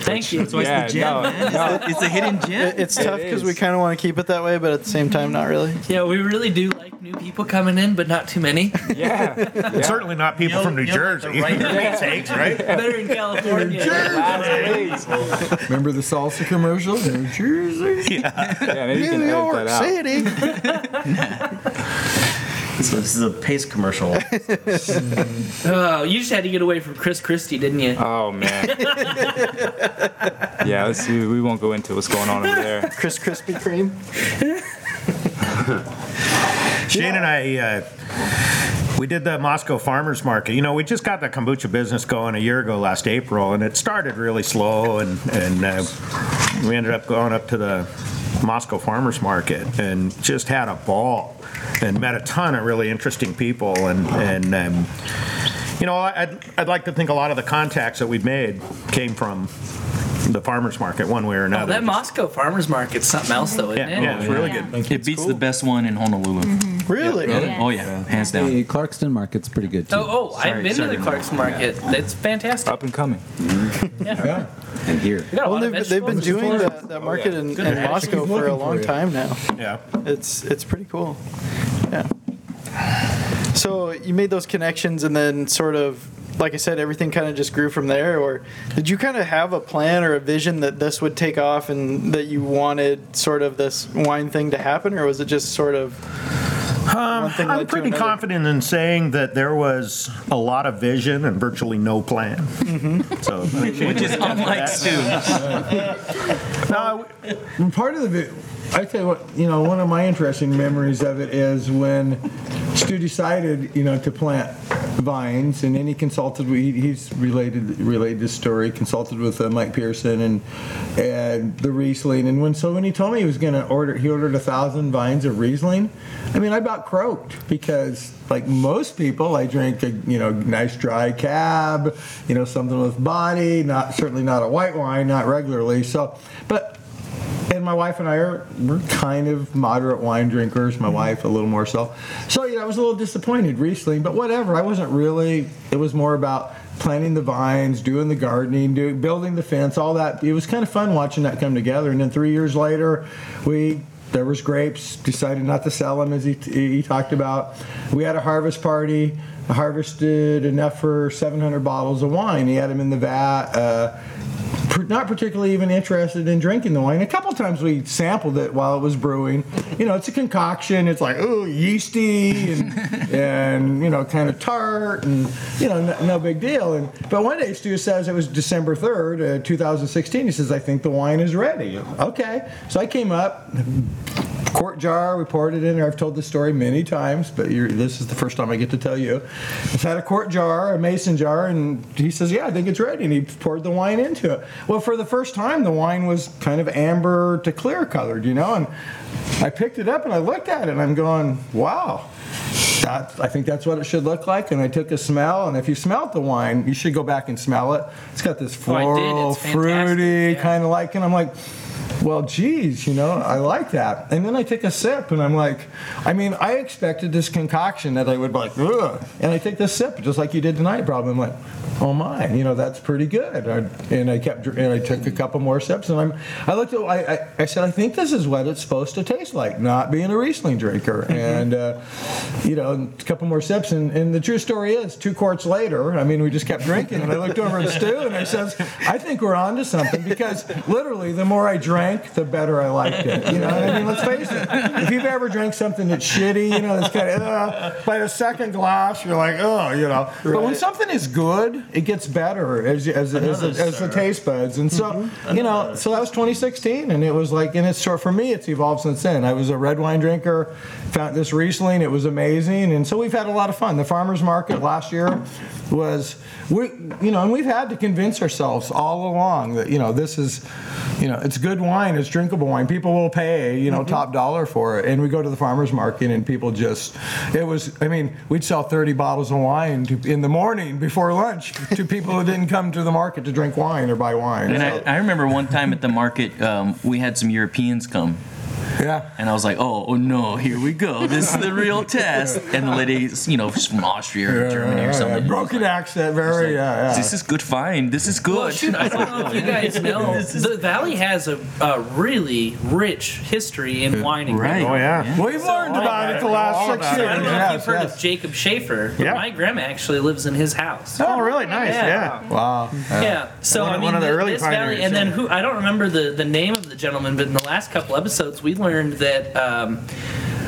Speaker 10: Thank you.
Speaker 3: yeah, no, no.
Speaker 1: It's a hidden gem.
Speaker 4: It's tough because
Speaker 3: is.
Speaker 4: we kind of want to keep it that way, but at the same time, not really.
Speaker 10: Yeah, we really do like new people coming in, but not too many.
Speaker 3: yeah, yeah.
Speaker 6: Certainly not people from New Jersey. for Pete's sakes, right?
Speaker 10: Better in California.
Speaker 3: Last week.
Speaker 2: Remember the salsa commercial? New Jersey.
Speaker 3: Yeah, maybe you can
Speaker 4: New
Speaker 3: edit
Speaker 4: York
Speaker 3: that out.
Speaker 4: City.
Speaker 9: So this is a pace commercial.
Speaker 10: Oh, you just had to get away from Chris Christie, didn't you?
Speaker 3: Oh man. yeah, let's see. We won't go into what's going on over there.
Speaker 4: Chris Krispy Kreme.
Speaker 6: Shane and I, uh, we did the Moscow Farmers Market. You know, we just got the kombucha business going a year ago last April, and it started really slow, and and uh, we ended up going up to the Moscow Farmers Market and just had a ball, and met a ton of really interesting people, and and. Um, you know, I'd, I'd like to think a lot of the contacts that we've made came from the farmers market, one way or
Speaker 10: Oh,
Speaker 6: another.
Speaker 10: that Moscow farmers market's something else, though, isn't
Speaker 6: yeah,
Speaker 10: it?
Speaker 6: yeah, it's really good.
Speaker 1: Oh,
Speaker 6: Mm-hmm.
Speaker 1: It beats the best one in Honolulu.
Speaker 4: Really?
Speaker 8: Yes.
Speaker 1: Oh yeah, hands down.
Speaker 5: Hey, Clarkston Market's pretty good too.
Speaker 10: Oh, oh, I've
Speaker 1: Sorry,
Speaker 10: been
Speaker 1: sorry.
Speaker 10: to the Clark's Market. That's fantastic.
Speaker 3: Up and coming.
Speaker 5: And here.
Speaker 10: We got a
Speaker 4: Well,
Speaker 10: lot of
Speaker 4: they've, they've been
Speaker 10: vegetables.
Speaker 4: doing that, that
Speaker 3: Oh,
Speaker 4: market in, in Moscow for a long time now.
Speaker 6: Yeah.
Speaker 4: It's it's pretty cool. Yeah. So you made those connections, and then sort of, like I said, everything kind of just grew from there. Or did you kind of have a plan or a vision that this would take off, and that you wanted sort of this wine thing to happen, or was it just sort of?
Speaker 2: Um,
Speaker 4: one thing
Speaker 6: I'm
Speaker 4: led to
Speaker 6: pretty
Speaker 4: another?
Speaker 6: confident in saying that there was a lot of vision and virtually no plan. So, which is
Speaker 1: Unlike Stu.
Speaker 6: no,
Speaker 2: And part of the, vi- I tell you what, you know, one of my interesting memories of it is when Stu decided, you know, to plant vines, and then he consulted. with- he- He's related related this story. Consulted with uh, Mike Pearson and and the Riesling. And when so when he told me he was going to order, he ordered a thousand vines of Riesling. I mean, I about croaked because like most people, I drink a you know nice dry cab, you know something with body, not certainly not a white wine, not regularly. So, but and my wife and I are we're kind of moderate wine drinkers. My wife a little more so. So yeah, I was a little disappointed Riesling, but whatever. I wasn't really. It was more about planting the vines, doing the gardening, do, building the fence, all that. It was kind of fun watching that come together. And then three years later, we there was grapes. Decided not to sell them as he, he talked about. We had a harvest party. Harvested enough for 700 bottles of wine. He had them in the vat. Uh, pr- not particularly even interested in drinking the wine. A couple times we sampled it while it was brewing. You know, it's a concoction. It's like oh, yeasty and and you know, kind of tart and you know, no, no big deal. And but one day Stu says it was December third, uh, 2016. He says I think the wine is ready. Okay, so I came up, quart jar. We poured it in there. I've told this story many times, but you're, this is the first time I get to tell you. It's had a quart jar, a mason jar, and he says, "Yeah, I think it's ready." And he poured the wine into it. Well, for the first time, the wine was kind of amber to clear colored, you know. And I picked it up and I looked at it, and I'm going, "Wow." That, I think that's what it should look like, and I took a smell. And if you smelled the wine, you should go back and smell it. It's got this
Speaker 10: Oh, I did. It's
Speaker 2: floral,
Speaker 10: fantastic,
Speaker 2: fruity
Speaker 10: yeah.
Speaker 2: kind of like, and I'm like, well, geez, you know, I like that. And then I take a sip, and I'm like, I mean, I expected this concoction that I would be like, ugh. And I take this sip, just like you did tonight, probably. I'm like, oh my, you know, that's pretty good. I, and I kept, dr- and I took a couple more sips, and I'm, I looked at, I, I, I said, I think this is what it's supposed to taste like, not being a Riesling drinker.
Speaker 10: Mm-hmm.
Speaker 2: And, uh, you know, a couple more sips, and, and the true story is, two quarts later, I mean, we just kept drinking, and I looked over at Stu, and I says, I think we're onto something because literally, the more I drank, the better I liked it. You know, what I mean, let's face it. If you've ever drank something that's shitty, you know, it's kind of uh, by the second glass, you're like, oh, you know. But when something is good, it gets better as as, as, as, the taste buds, and so you know. So that was 2016, and it was like, and it's sort for me, it's evolved since then. I was a red wine drinker, found this Riesling, it was amazing, and so we've had a lot of fun. The farmers market last year was we you know and we've had to convince ourselves all along that you know this is you know it's good wine it's drinkable wine people will pay you know top dollar for it and we go to the farmers market and people just it was i mean we'd sell 30 bottles of wine to, in the morning before lunch to people who didn't come to the market to drink wine or buy wine
Speaker 1: And
Speaker 2: So,
Speaker 1: I, I remember one time at the market, um, we had some Europeans come,
Speaker 2: yeah
Speaker 1: and I was like, "Oh, oh no, here we go! This is the real test." And the lady, you know, she's from Austria or Germany or something.
Speaker 2: broken accent very yeah, yeah.
Speaker 1: This is good fine. This is
Speaker 7: Well,
Speaker 1: good.
Speaker 7: shoot, I don't know
Speaker 1: oh,
Speaker 7: if you guys know, the valley has a, a really rich history in wine and grape.
Speaker 6: Oh yeah.
Speaker 2: we've learned about it the last six years
Speaker 7: I don't know if you've
Speaker 2: yes,
Speaker 7: heard
Speaker 2: yes.
Speaker 7: of Jacob Schaefer. but
Speaker 6: Yeah.
Speaker 7: My grandma actually lives in his house.
Speaker 6: Oh, really? Nice. Yeah.
Speaker 2: wow
Speaker 7: Yeah. So
Speaker 6: One-
Speaker 7: I mean,
Speaker 6: one of the
Speaker 7: th-
Speaker 6: early
Speaker 7: this
Speaker 6: pioneers,
Speaker 7: valley, and then
Speaker 6: yeah.
Speaker 7: who? I don't remember the the name of the gentleman, but in the last couple episodes, we learned that um,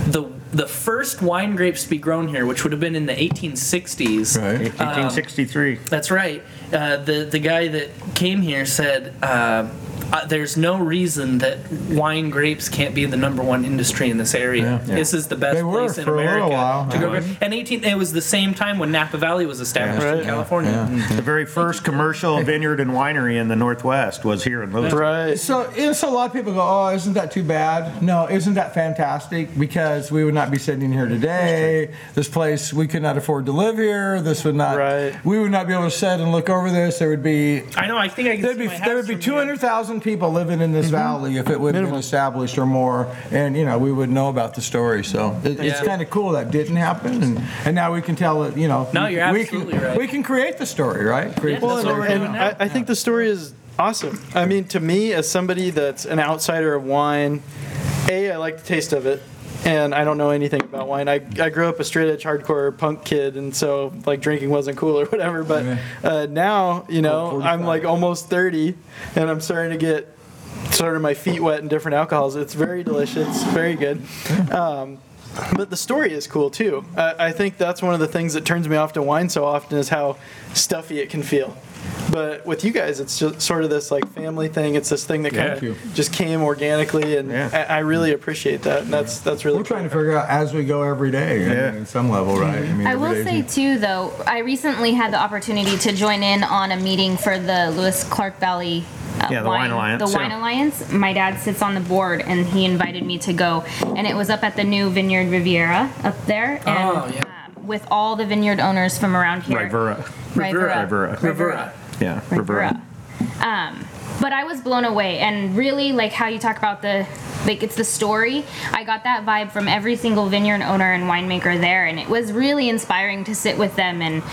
Speaker 7: the the first wine grapes to be grown here, which would have been in the 1860s.
Speaker 2: Right.
Speaker 6: 1863.
Speaker 7: That's right. Uh, the the guy that came here said. Uh, uh, there's no reason that wine grapes can't be the number one industry in this area.
Speaker 2: Yeah.
Speaker 7: This is the best
Speaker 2: They were
Speaker 7: place in
Speaker 2: for a little
Speaker 7: America
Speaker 2: while.
Speaker 7: to go.
Speaker 2: Yeah.
Speaker 7: gra- And 18, it was the same time when Napa Valley was established in California.
Speaker 6: Mm-hmm. The very first commercial vineyard and winery in the Northwest was here in Louisville.
Speaker 4: Right.
Speaker 2: So, you know, so a lot of people go, "Oh, isn't that too bad?" No, isn't that fantastic? Because we would not be sitting here today. This place, we could not afford to live here. This would not.
Speaker 4: Right.
Speaker 2: We would not be able to sit and look over this. There would be.
Speaker 7: I know. I think I can
Speaker 2: There'd
Speaker 7: see
Speaker 2: be
Speaker 7: my
Speaker 2: there would
Speaker 7: house
Speaker 2: be
Speaker 7: from
Speaker 2: two
Speaker 7: here.
Speaker 2: hundred thousand people living in
Speaker 4: Mm-hmm.
Speaker 2: this valley if it would have been established or more, and you know we would know about the story. So it, it's
Speaker 7: Yeah.
Speaker 2: kind of cool that didn't happen, and, and now we can tell it. You know,
Speaker 7: No, you're
Speaker 2: we
Speaker 7: absolutely
Speaker 2: can,
Speaker 7: right.
Speaker 2: We can create the story, right? Create
Speaker 7: Yeah,
Speaker 2: the
Speaker 7: that's
Speaker 2: story.
Speaker 7: what we're
Speaker 4: and
Speaker 7: doing
Speaker 4: I,
Speaker 7: now.
Speaker 4: I think the story is awesome. I mean, to me, as somebody that's an outsider of wine, A, I like the taste of it, and I don't know anything about wine. I, I grew up a straight edge hardcore punk kid, and so, like, drinking wasn't cool or whatever. But uh, now, you
Speaker 2: Oh,
Speaker 4: know, I'm like almost 30, and I'm starting to get sort of my feet wet in different alcohols. It's very delicious, very good. Um, but the story is cool too. I, I think that's one of the things that turns me off to wine so often is how stuffy it can feel. But with you guys, it's just sort of this like family thing. It's this thing that
Speaker 6: Yeah.
Speaker 4: kind of just came organically, and
Speaker 6: Yeah.
Speaker 4: I, I really appreciate that. And that's that's really
Speaker 2: We're trying to
Speaker 4: cool.
Speaker 2: figure out as we go every day, I mean,
Speaker 6: Yeah.
Speaker 2: in some level, right? mean,
Speaker 8: I
Speaker 2: every
Speaker 8: will
Speaker 2: day is
Speaker 8: say
Speaker 2: new.
Speaker 8: too, though, I recently had the opportunity to join in on a meeting for the Lewis Clark Valley. uh,
Speaker 6: Yeah, the Wine Alliance,
Speaker 8: The Wine
Speaker 6: yeah.
Speaker 8: Alliance. My dad sits on the board, and he invited me to go, and it was up at the new Vineyard Riviera up there, and
Speaker 10: Oh, yeah.
Speaker 8: uh, with all the vineyard owners from around here.
Speaker 6: Rivera.
Speaker 8: Rivera.
Speaker 6: Rivera.
Speaker 10: Rivera.
Speaker 6: Yeah,
Speaker 8: Rivera. Um, but I was blown away, and really, like how you talk about the, like it's the story. I got that vibe from every single vineyard owner and winemaker there, and it was really inspiring to sit with them and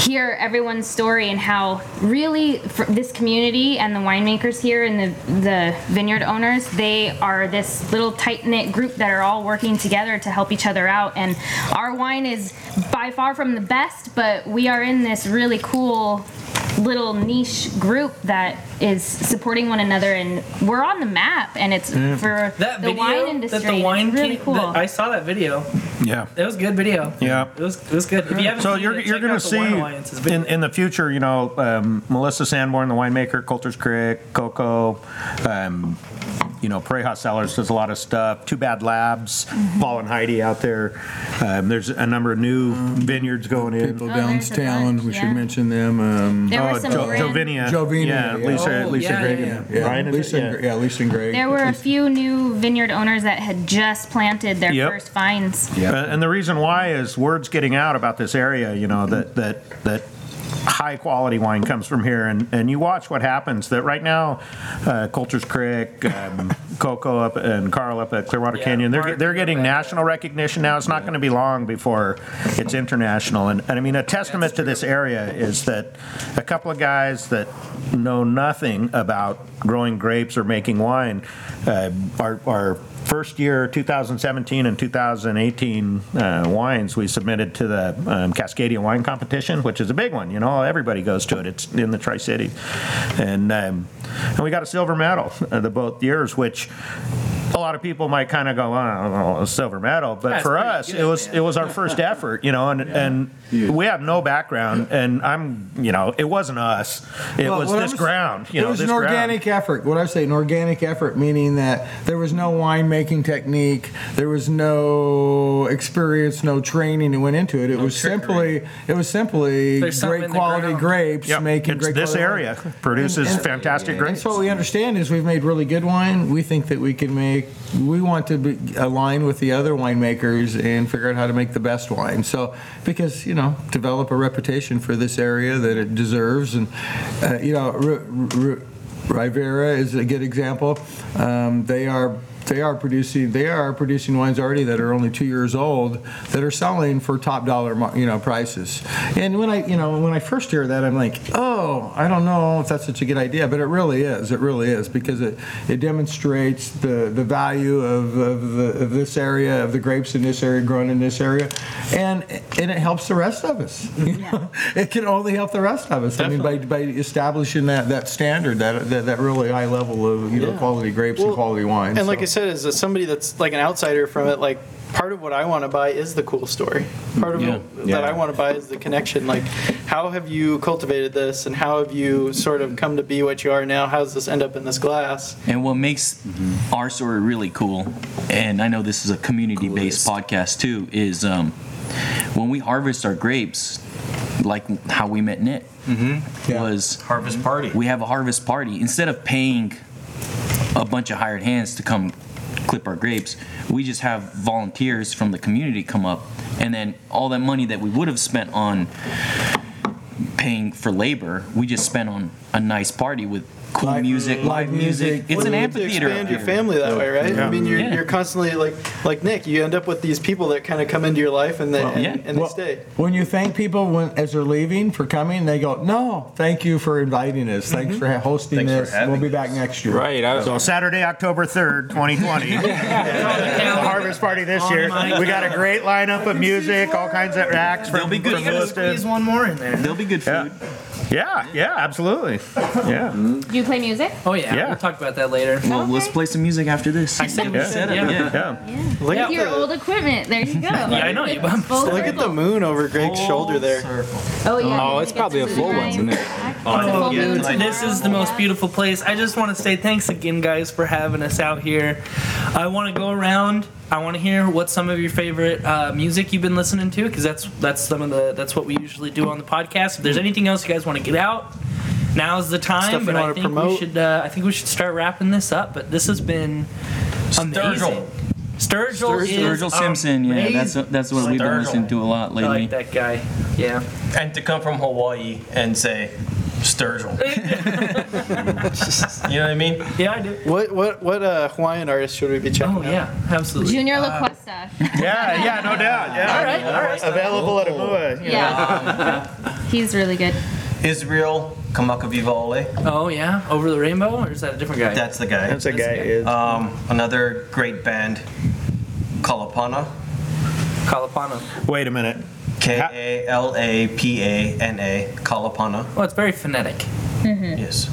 Speaker 8: hear everyone's story and how really for this community and the winemakers here and the the vineyard owners, they are this little tight knit group that are all working together to help each other out. And our wine is by far from the best, but we are in this really cool little niche group that is supporting one another and we're on the map and it's for
Speaker 10: That
Speaker 8: the
Speaker 10: video
Speaker 8: wine industry
Speaker 10: that the wine
Speaker 8: it's really
Speaker 10: came-
Speaker 8: cool
Speaker 10: that- I saw that video.
Speaker 6: Yeah.
Speaker 10: That was a good video.
Speaker 6: Yeah.
Speaker 10: It was it was good. If you haven't
Speaker 6: So
Speaker 10: seen
Speaker 6: you're,
Speaker 10: it,
Speaker 6: you're
Speaker 10: check
Speaker 6: going
Speaker 10: out
Speaker 6: to
Speaker 10: the
Speaker 6: see
Speaker 10: Wine Alliance's video.
Speaker 6: in, in the future, you know, um, Melissa Sanborn, the winemaker, Coulter's Creek, Coco, um, you know, Preha Sellers does a lot of stuff. Too Bad Labs,
Speaker 2: Mm-hmm.
Speaker 6: Paul and Heidi out there. Um, there's a number of new vineyards going in.
Speaker 2: Mm-hmm. People
Speaker 8: Oh, there's a
Speaker 2: downtown,
Speaker 8: bunch,
Speaker 2: we should
Speaker 8: yeah.
Speaker 2: mention them. um,
Speaker 8: there were
Speaker 6: Oh,
Speaker 8: some
Speaker 6: Jo-
Speaker 8: brand-
Speaker 6: Jovinia.
Speaker 2: Jovinia,
Speaker 6: Yeah,
Speaker 2: yeah.
Speaker 6: Lisa,
Speaker 10: Oh,
Speaker 6: Lisa
Speaker 10: yeah,
Speaker 6: Gray.
Speaker 10: yeah, yeah.
Speaker 2: Yeah,
Speaker 6: Ryan, is it?
Speaker 2: Lisa and
Speaker 6: Yeah.
Speaker 2: Gr- yeah, Lisa and Greg.
Speaker 8: there were a few new vineyard owners that had just planted their
Speaker 6: Yep.
Speaker 8: first vines
Speaker 5: Yeah.
Speaker 6: Uh, And the reason why is word's getting out about this area, you know, that, that, that high quality wine comes from here. And, and you watch what happens that right now, uh, Coulter's Creek, um, Coco up and Carl up at Clearwater
Speaker 10: Yeah,
Speaker 6: Canyon, they're,
Speaker 10: Mark-
Speaker 6: they're getting national recognition now. It's not going to be long before it's international. And, and I mean, a testament to this area is that a couple of guys that know nothing about growing grapes or making wine uh, are, are first year 2017 and 2018 uh, wines we submitted to the um, Cascadia wine competition which is a big one you know everybody goes to it it's in the Tri-City and um, and we got a silver medal uh, the both years which a lot of people might kind of go, oh, a silver medal, but
Speaker 10: That's
Speaker 6: for
Speaker 10: pretty
Speaker 6: us,
Speaker 10: good,
Speaker 6: it was
Speaker 10: man.
Speaker 6: it was our first effort, you know, and and we have no background, and I'm, you know, it wasn't us, it
Speaker 2: Well,
Speaker 6: was
Speaker 2: what
Speaker 6: this
Speaker 2: I'm s-
Speaker 6: ground, you know,
Speaker 2: It was
Speaker 6: this
Speaker 2: an
Speaker 6: ground.
Speaker 2: organic effort. What I say, an organic effort, meaning that there was no winemaking technique, there was no experience, no training that went into it. It was
Speaker 10: trickery.
Speaker 2: simply, it was simply
Speaker 10: There's something
Speaker 2: great
Speaker 10: in the
Speaker 2: quality
Speaker 10: ground.
Speaker 2: grapes
Speaker 6: Yep.
Speaker 2: making
Speaker 6: It's
Speaker 2: great
Speaker 6: this
Speaker 2: quality wine.
Speaker 6: area produces
Speaker 2: And- and-
Speaker 6: fantastic
Speaker 2: And
Speaker 6: grapes.
Speaker 2: so what we understand is we've made really good wine. We think that we can make. We want to be, align with the other winemakers and figure out how to make the best wine. So because you know, develop a reputation for this area that it deserves, and uh, you know, R- R- Rivera is a good example. Um, they are. They are producing. They are producing wines already that are only two years old that are selling for top dollar, mar- you know, prices. And when I, you know, when I first hear that, I'm like, oh, I don't know if that's such a good idea, but it really is. It really is because it, it demonstrates the, the value of, of, the, of this area, of the grapes in this area, grown in this area, and and it helps the rest of us. you know? It can only help the rest of us. I mean, by, by establishing that, that standard, that, that that really high level of you know quality grapes and
Speaker 4: Well,
Speaker 2: quality wines.
Speaker 4: And like
Speaker 2: so.
Speaker 4: I said, as a, somebody that's like an outsider from it, like part of what I want to buy is the cool story. Part of
Speaker 1: Yeah.
Speaker 4: it that I want to buy is the connection. Like, how have you cultivated this, and how have you sort of come to be what you are now? How does this end up in this glass?
Speaker 1: And what makes our story really cool, and I know this is a community based podcast too, is um, when we harvest our grapes, like how we met Nick,
Speaker 2: Yeah.
Speaker 1: was
Speaker 10: Harvest Party.
Speaker 1: we have a harvest party. Instead of paying a bunch of hired hands to come clip our grapes, we just have volunteers from the community come up, and then all that money that we would have spent on paying for labor, we just spent on a nice party with cool
Speaker 2: Live-
Speaker 1: music, live,
Speaker 2: live
Speaker 1: music.
Speaker 2: music.
Speaker 1: It's
Speaker 4: Well,
Speaker 1: an
Speaker 4: you need to
Speaker 1: amphitheater.
Speaker 4: Expand
Speaker 1: up
Speaker 4: your
Speaker 1: here.
Speaker 4: family that way, right? I mean, you're,
Speaker 1: Yeah.
Speaker 4: you're constantly like like Nick. You end up with these people that kind of come into your life and they and,
Speaker 1: yeah.
Speaker 4: and they
Speaker 2: Well,
Speaker 4: stay.
Speaker 2: When you thank people when, as they're leaving for coming, they go, "No, thank you for inviting us. Thanks for ha- hosting
Speaker 5: Mm-hmm. Thanks for
Speaker 2: this.
Speaker 5: having
Speaker 2: we'll be
Speaker 5: us."
Speaker 2: back next year."
Speaker 3: Right. I was,
Speaker 6: So Saturday, October 3rd, 2020, the harvest party this year. We got a great lineup of music, all kinds of acts.
Speaker 1: They'll be good
Speaker 6: from
Speaker 1: for us.
Speaker 6: Lewiston.
Speaker 10: Squeeze one more in there.
Speaker 1: There'll be good
Speaker 6: Yeah.
Speaker 1: food.
Speaker 6: Yeah, yeah, absolutely. Yeah.
Speaker 8: Do you play music?
Speaker 7: Oh yeah,
Speaker 6: Yeah.
Speaker 7: we'll talk about that later.
Speaker 1: Well,
Speaker 8: Okay.
Speaker 1: let's play some music after this.
Speaker 7: I say we
Speaker 6: Yeah.
Speaker 7: should. Yeah.
Speaker 1: Yeah.
Speaker 6: Yeah.
Speaker 4: Look
Speaker 8: With
Speaker 4: at
Speaker 8: your
Speaker 4: the-
Speaker 8: old equipment. There you go. yeah,
Speaker 7: I know, you bummed.
Speaker 4: Look at the moon over Greg's shoulder there.
Speaker 8: Oh, yeah.
Speaker 11: Oh,
Speaker 8: you
Speaker 11: it's
Speaker 8: get
Speaker 11: probably
Speaker 8: to
Speaker 11: a
Speaker 8: see
Speaker 11: full
Speaker 8: the
Speaker 11: one,
Speaker 8: night.
Speaker 4: Oh,
Speaker 8: It's
Speaker 1: Oh,
Speaker 8: a full
Speaker 9: yeah,
Speaker 8: moon
Speaker 9: tonight.
Speaker 8: tomorrow.
Speaker 7: This is the most
Speaker 8: Yeah.
Speaker 7: beautiful place. I just want to say thanks again, guys, for having us out here. I want to go around. I want to hear what some of your favorite uh, music you've been listening to, because that's that's some of the that's what we usually do on the podcast. If there's anything else you guys want to get out, now's the time.
Speaker 4: Stuff you
Speaker 7: but I
Speaker 4: wanna
Speaker 7: think we
Speaker 4: promote.
Speaker 7: should uh, I think we should start wrapping this up. But this has been amazing.
Speaker 1: Sturgill.
Speaker 7: Sturgill, is
Speaker 1: Virgil Simpson, yeah, that's
Speaker 7: amazing.
Speaker 1: that's what we've been listening to a lot
Speaker 7: I
Speaker 1: lately.
Speaker 7: like that guy. Yeah.
Speaker 9: And to come from Hawaii and say Sturgill. you know what I mean?
Speaker 7: Yeah, I do.
Speaker 4: What what what uh, Hawaiian artist should we be checking
Speaker 7: Oh
Speaker 4: out?
Speaker 7: yeah, absolutely.
Speaker 8: Junior LaQuesta.
Speaker 6: Yeah, yeah, no doubt. Yeah.
Speaker 7: All right, all right.
Speaker 6: Available at Amua.
Speaker 8: Yeah. He's really good.
Speaker 9: Israel Kamakavivale.
Speaker 7: Oh yeah, over the rainbow, or is that a different guy?
Speaker 9: That's the guy.
Speaker 6: That's a guy. Is.
Speaker 9: Um, another great band, Kalapana.
Speaker 7: Kalapana.
Speaker 6: Wait a minute.
Speaker 9: K A L A P A N A. Kalapana.
Speaker 7: Well, it's very phonetic.
Speaker 9: Yes.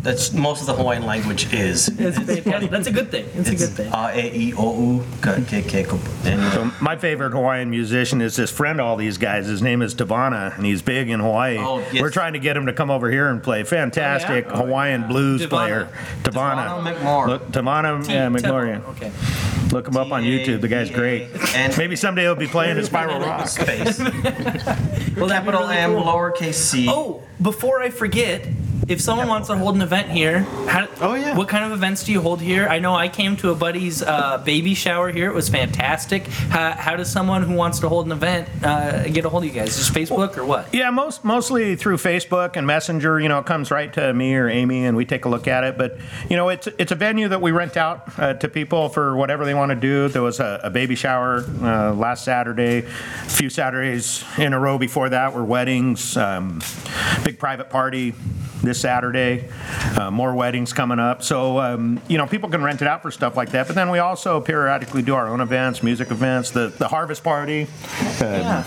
Speaker 9: That's most of the Hawaiian language is.
Speaker 7: It's fantastic. That's a good thing. It's, a good thing.
Speaker 9: A A E O U K K K. Kup- and-
Speaker 6: So my favorite Hawaiian musician is this friend of all these guys. His name is Devana, and he's big in Hawaii.
Speaker 9: Oh, yes.
Speaker 6: We're trying to get him to come over here and play. Fantastic Hawaiian blues
Speaker 7: Devana.
Speaker 6: player,
Speaker 9: Devana
Speaker 6: Devana.
Speaker 9: McMorrow.
Speaker 6: Look, Devana
Speaker 7: T-
Speaker 6: uh,
Speaker 7: Temple.
Speaker 6: McLaurin.
Speaker 7: Okay.
Speaker 6: Look him up on YouTube. The guy's great.
Speaker 9: And
Speaker 6: Maybe someday he'll be playing at Spiral Rock.
Speaker 9: space.
Speaker 7: Well, that'd be
Speaker 9: Capital
Speaker 7: really
Speaker 9: M,
Speaker 7: cool.
Speaker 9: lowercase c.
Speaker 7: Oh, before I forget, if someone wants to hold an event here, how,
Speaker 4: Oh, yeah.
Speaker 7: what kind of events do you hold here? I know I came to a buddy's uh, baby shower here. It was fantastic. How, how does someone who wants to hold an event uh, get a hold of you guys? Just Facebook or what?
Speaker 6: Yeah, most mostly through Facebook and Messenger. You know, it comes right to me or Amy, and we take a look at it. But you know, it's it's a venue that we rent out uh, to people for whatever they want to do. There was a, a baby shower uh, last Saturday. A few Saturdays in a row before that were weddings. Um, big private party this Saturday. Uh, more weddings coming up. So um, you know, people can rent it out for stuff like that. But then we also periodically do our own events, music events, the the harvest party. uh,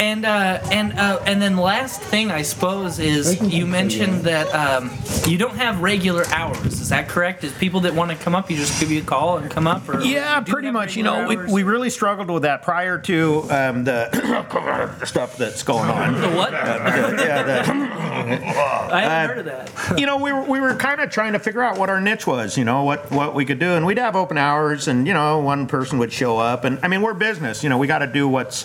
Speaker 7: And uh, and uh, and then last thing I suppose is you mentioned that um, you don't have regular hours. Is that correct? Is people that want to come up, you just give you a call and come up? Or
Speaker 6: Yeah,
Speaker 7: do
Speaker 6: pretty
Speaker 7: have
Speaker 6: much. You
Speaker 7: regular
Speaker 6: know, we,
Speaker 7: hours?
Speaker 6: we really struggled with that prior to um, the stuff that's going on.
Speaker 7: The what?
Speaker 6: Yeah, the- uh,
Speaker 7: I haven't heard of that.
Speaker 6: you know, we were, we were kind of trying to figure out what our niche was. You know, what what we could do, and we'd have open hours, and you know, one person would show up, and I mean, we're business. You know, we got to do what's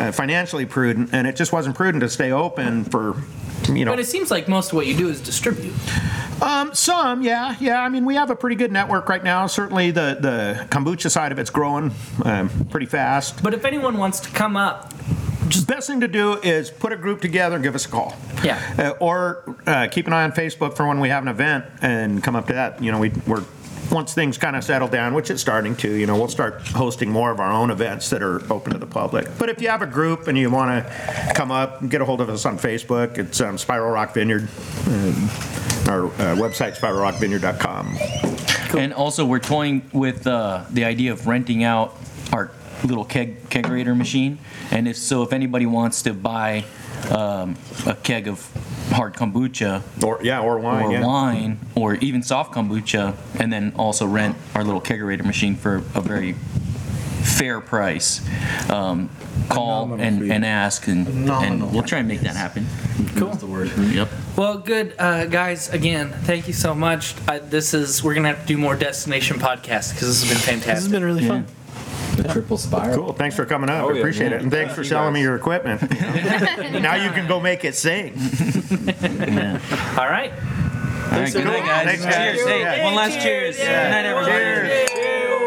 Speaker 6: uh, financially prudent, and it just wasn't prudent to stay open for. You know,
Speaker 7: But it seems like most of what you do is distribute.
Speaker 6: Um, some, yeah, yeah. I mean, we have a pretty good network right now. Certainly, the the kombucha side of it's growing um, pretty fast.
Speaker 7: But if anyone wants to come up,
Speaker 6: Just best thing to do is put a group together and give us a call.
Speaker 7: Yeah.
Speaker 6: Uh, or uh, keep an eye on Facebook for when we have an event and come up to that. You know, we, we're once things kind of settle down, which it's starting to. You know, we'll start hosting more of our own events that are open to the public. But if you have a group and you want to come up, get a hold of us on Facebook. It's um, Spiral Rock Vineyard. Um, our uh, website spiralrockvineyard.com.
Speaker 1: And also, we're toying with uh, the idea of renting out our little keg kegerator machine. And if so, if anybody wants to buy um, a keg of hard kombucha
Speaker 6: Or yeah, or wine.
Speaker 1: or
Speaker 6: yeah.
Speaker 1: wine or even soft kombucha, and then also rent our little kegerator machine for a very fair price. Um, call and, and ask, and, and we'll try and make that happen.
Speaker 7: Cool.
Speaker 1: the word. Yep.
Speaker 7: Well, good uh, guys. Again, thank you so much. I, this is we're gonna have to do more destination podcasts because this has been fantastic.
Speaker 4: This has been really fun.
Speaker 12: The triple spiral.
Speaker 6: Cool. Thanks for coming up.
Speaker 9: Oh, yeah.
Speaker 6: Appreciate it. And thanks for selling me your equipment. you know. now you can go make it sing.
Speaker 7: All right.
Speaker 1: All right, good night, guys.
Speaker 6: Thanks, guys.
Speaker 1: Cheers. Hey,
Speaker 6: Yeah.
Speaker 1: one last cheers. Good night, everybody.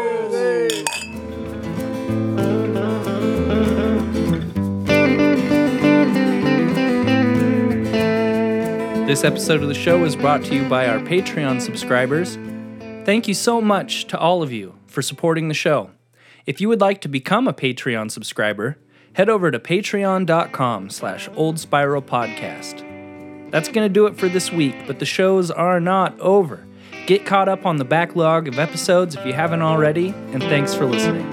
Speaker 13: This episode of the show is brought to you by our Patreon subscribers. Thank you so much to all of you for supporting the show. If you would like to become a Patreon subscriber, head over to patreon.com slash old spiral podcast. That's going to do it for this week, but the shows are not over. Get caught up on the backlog of episodes if you haven't already, and thanks for listening.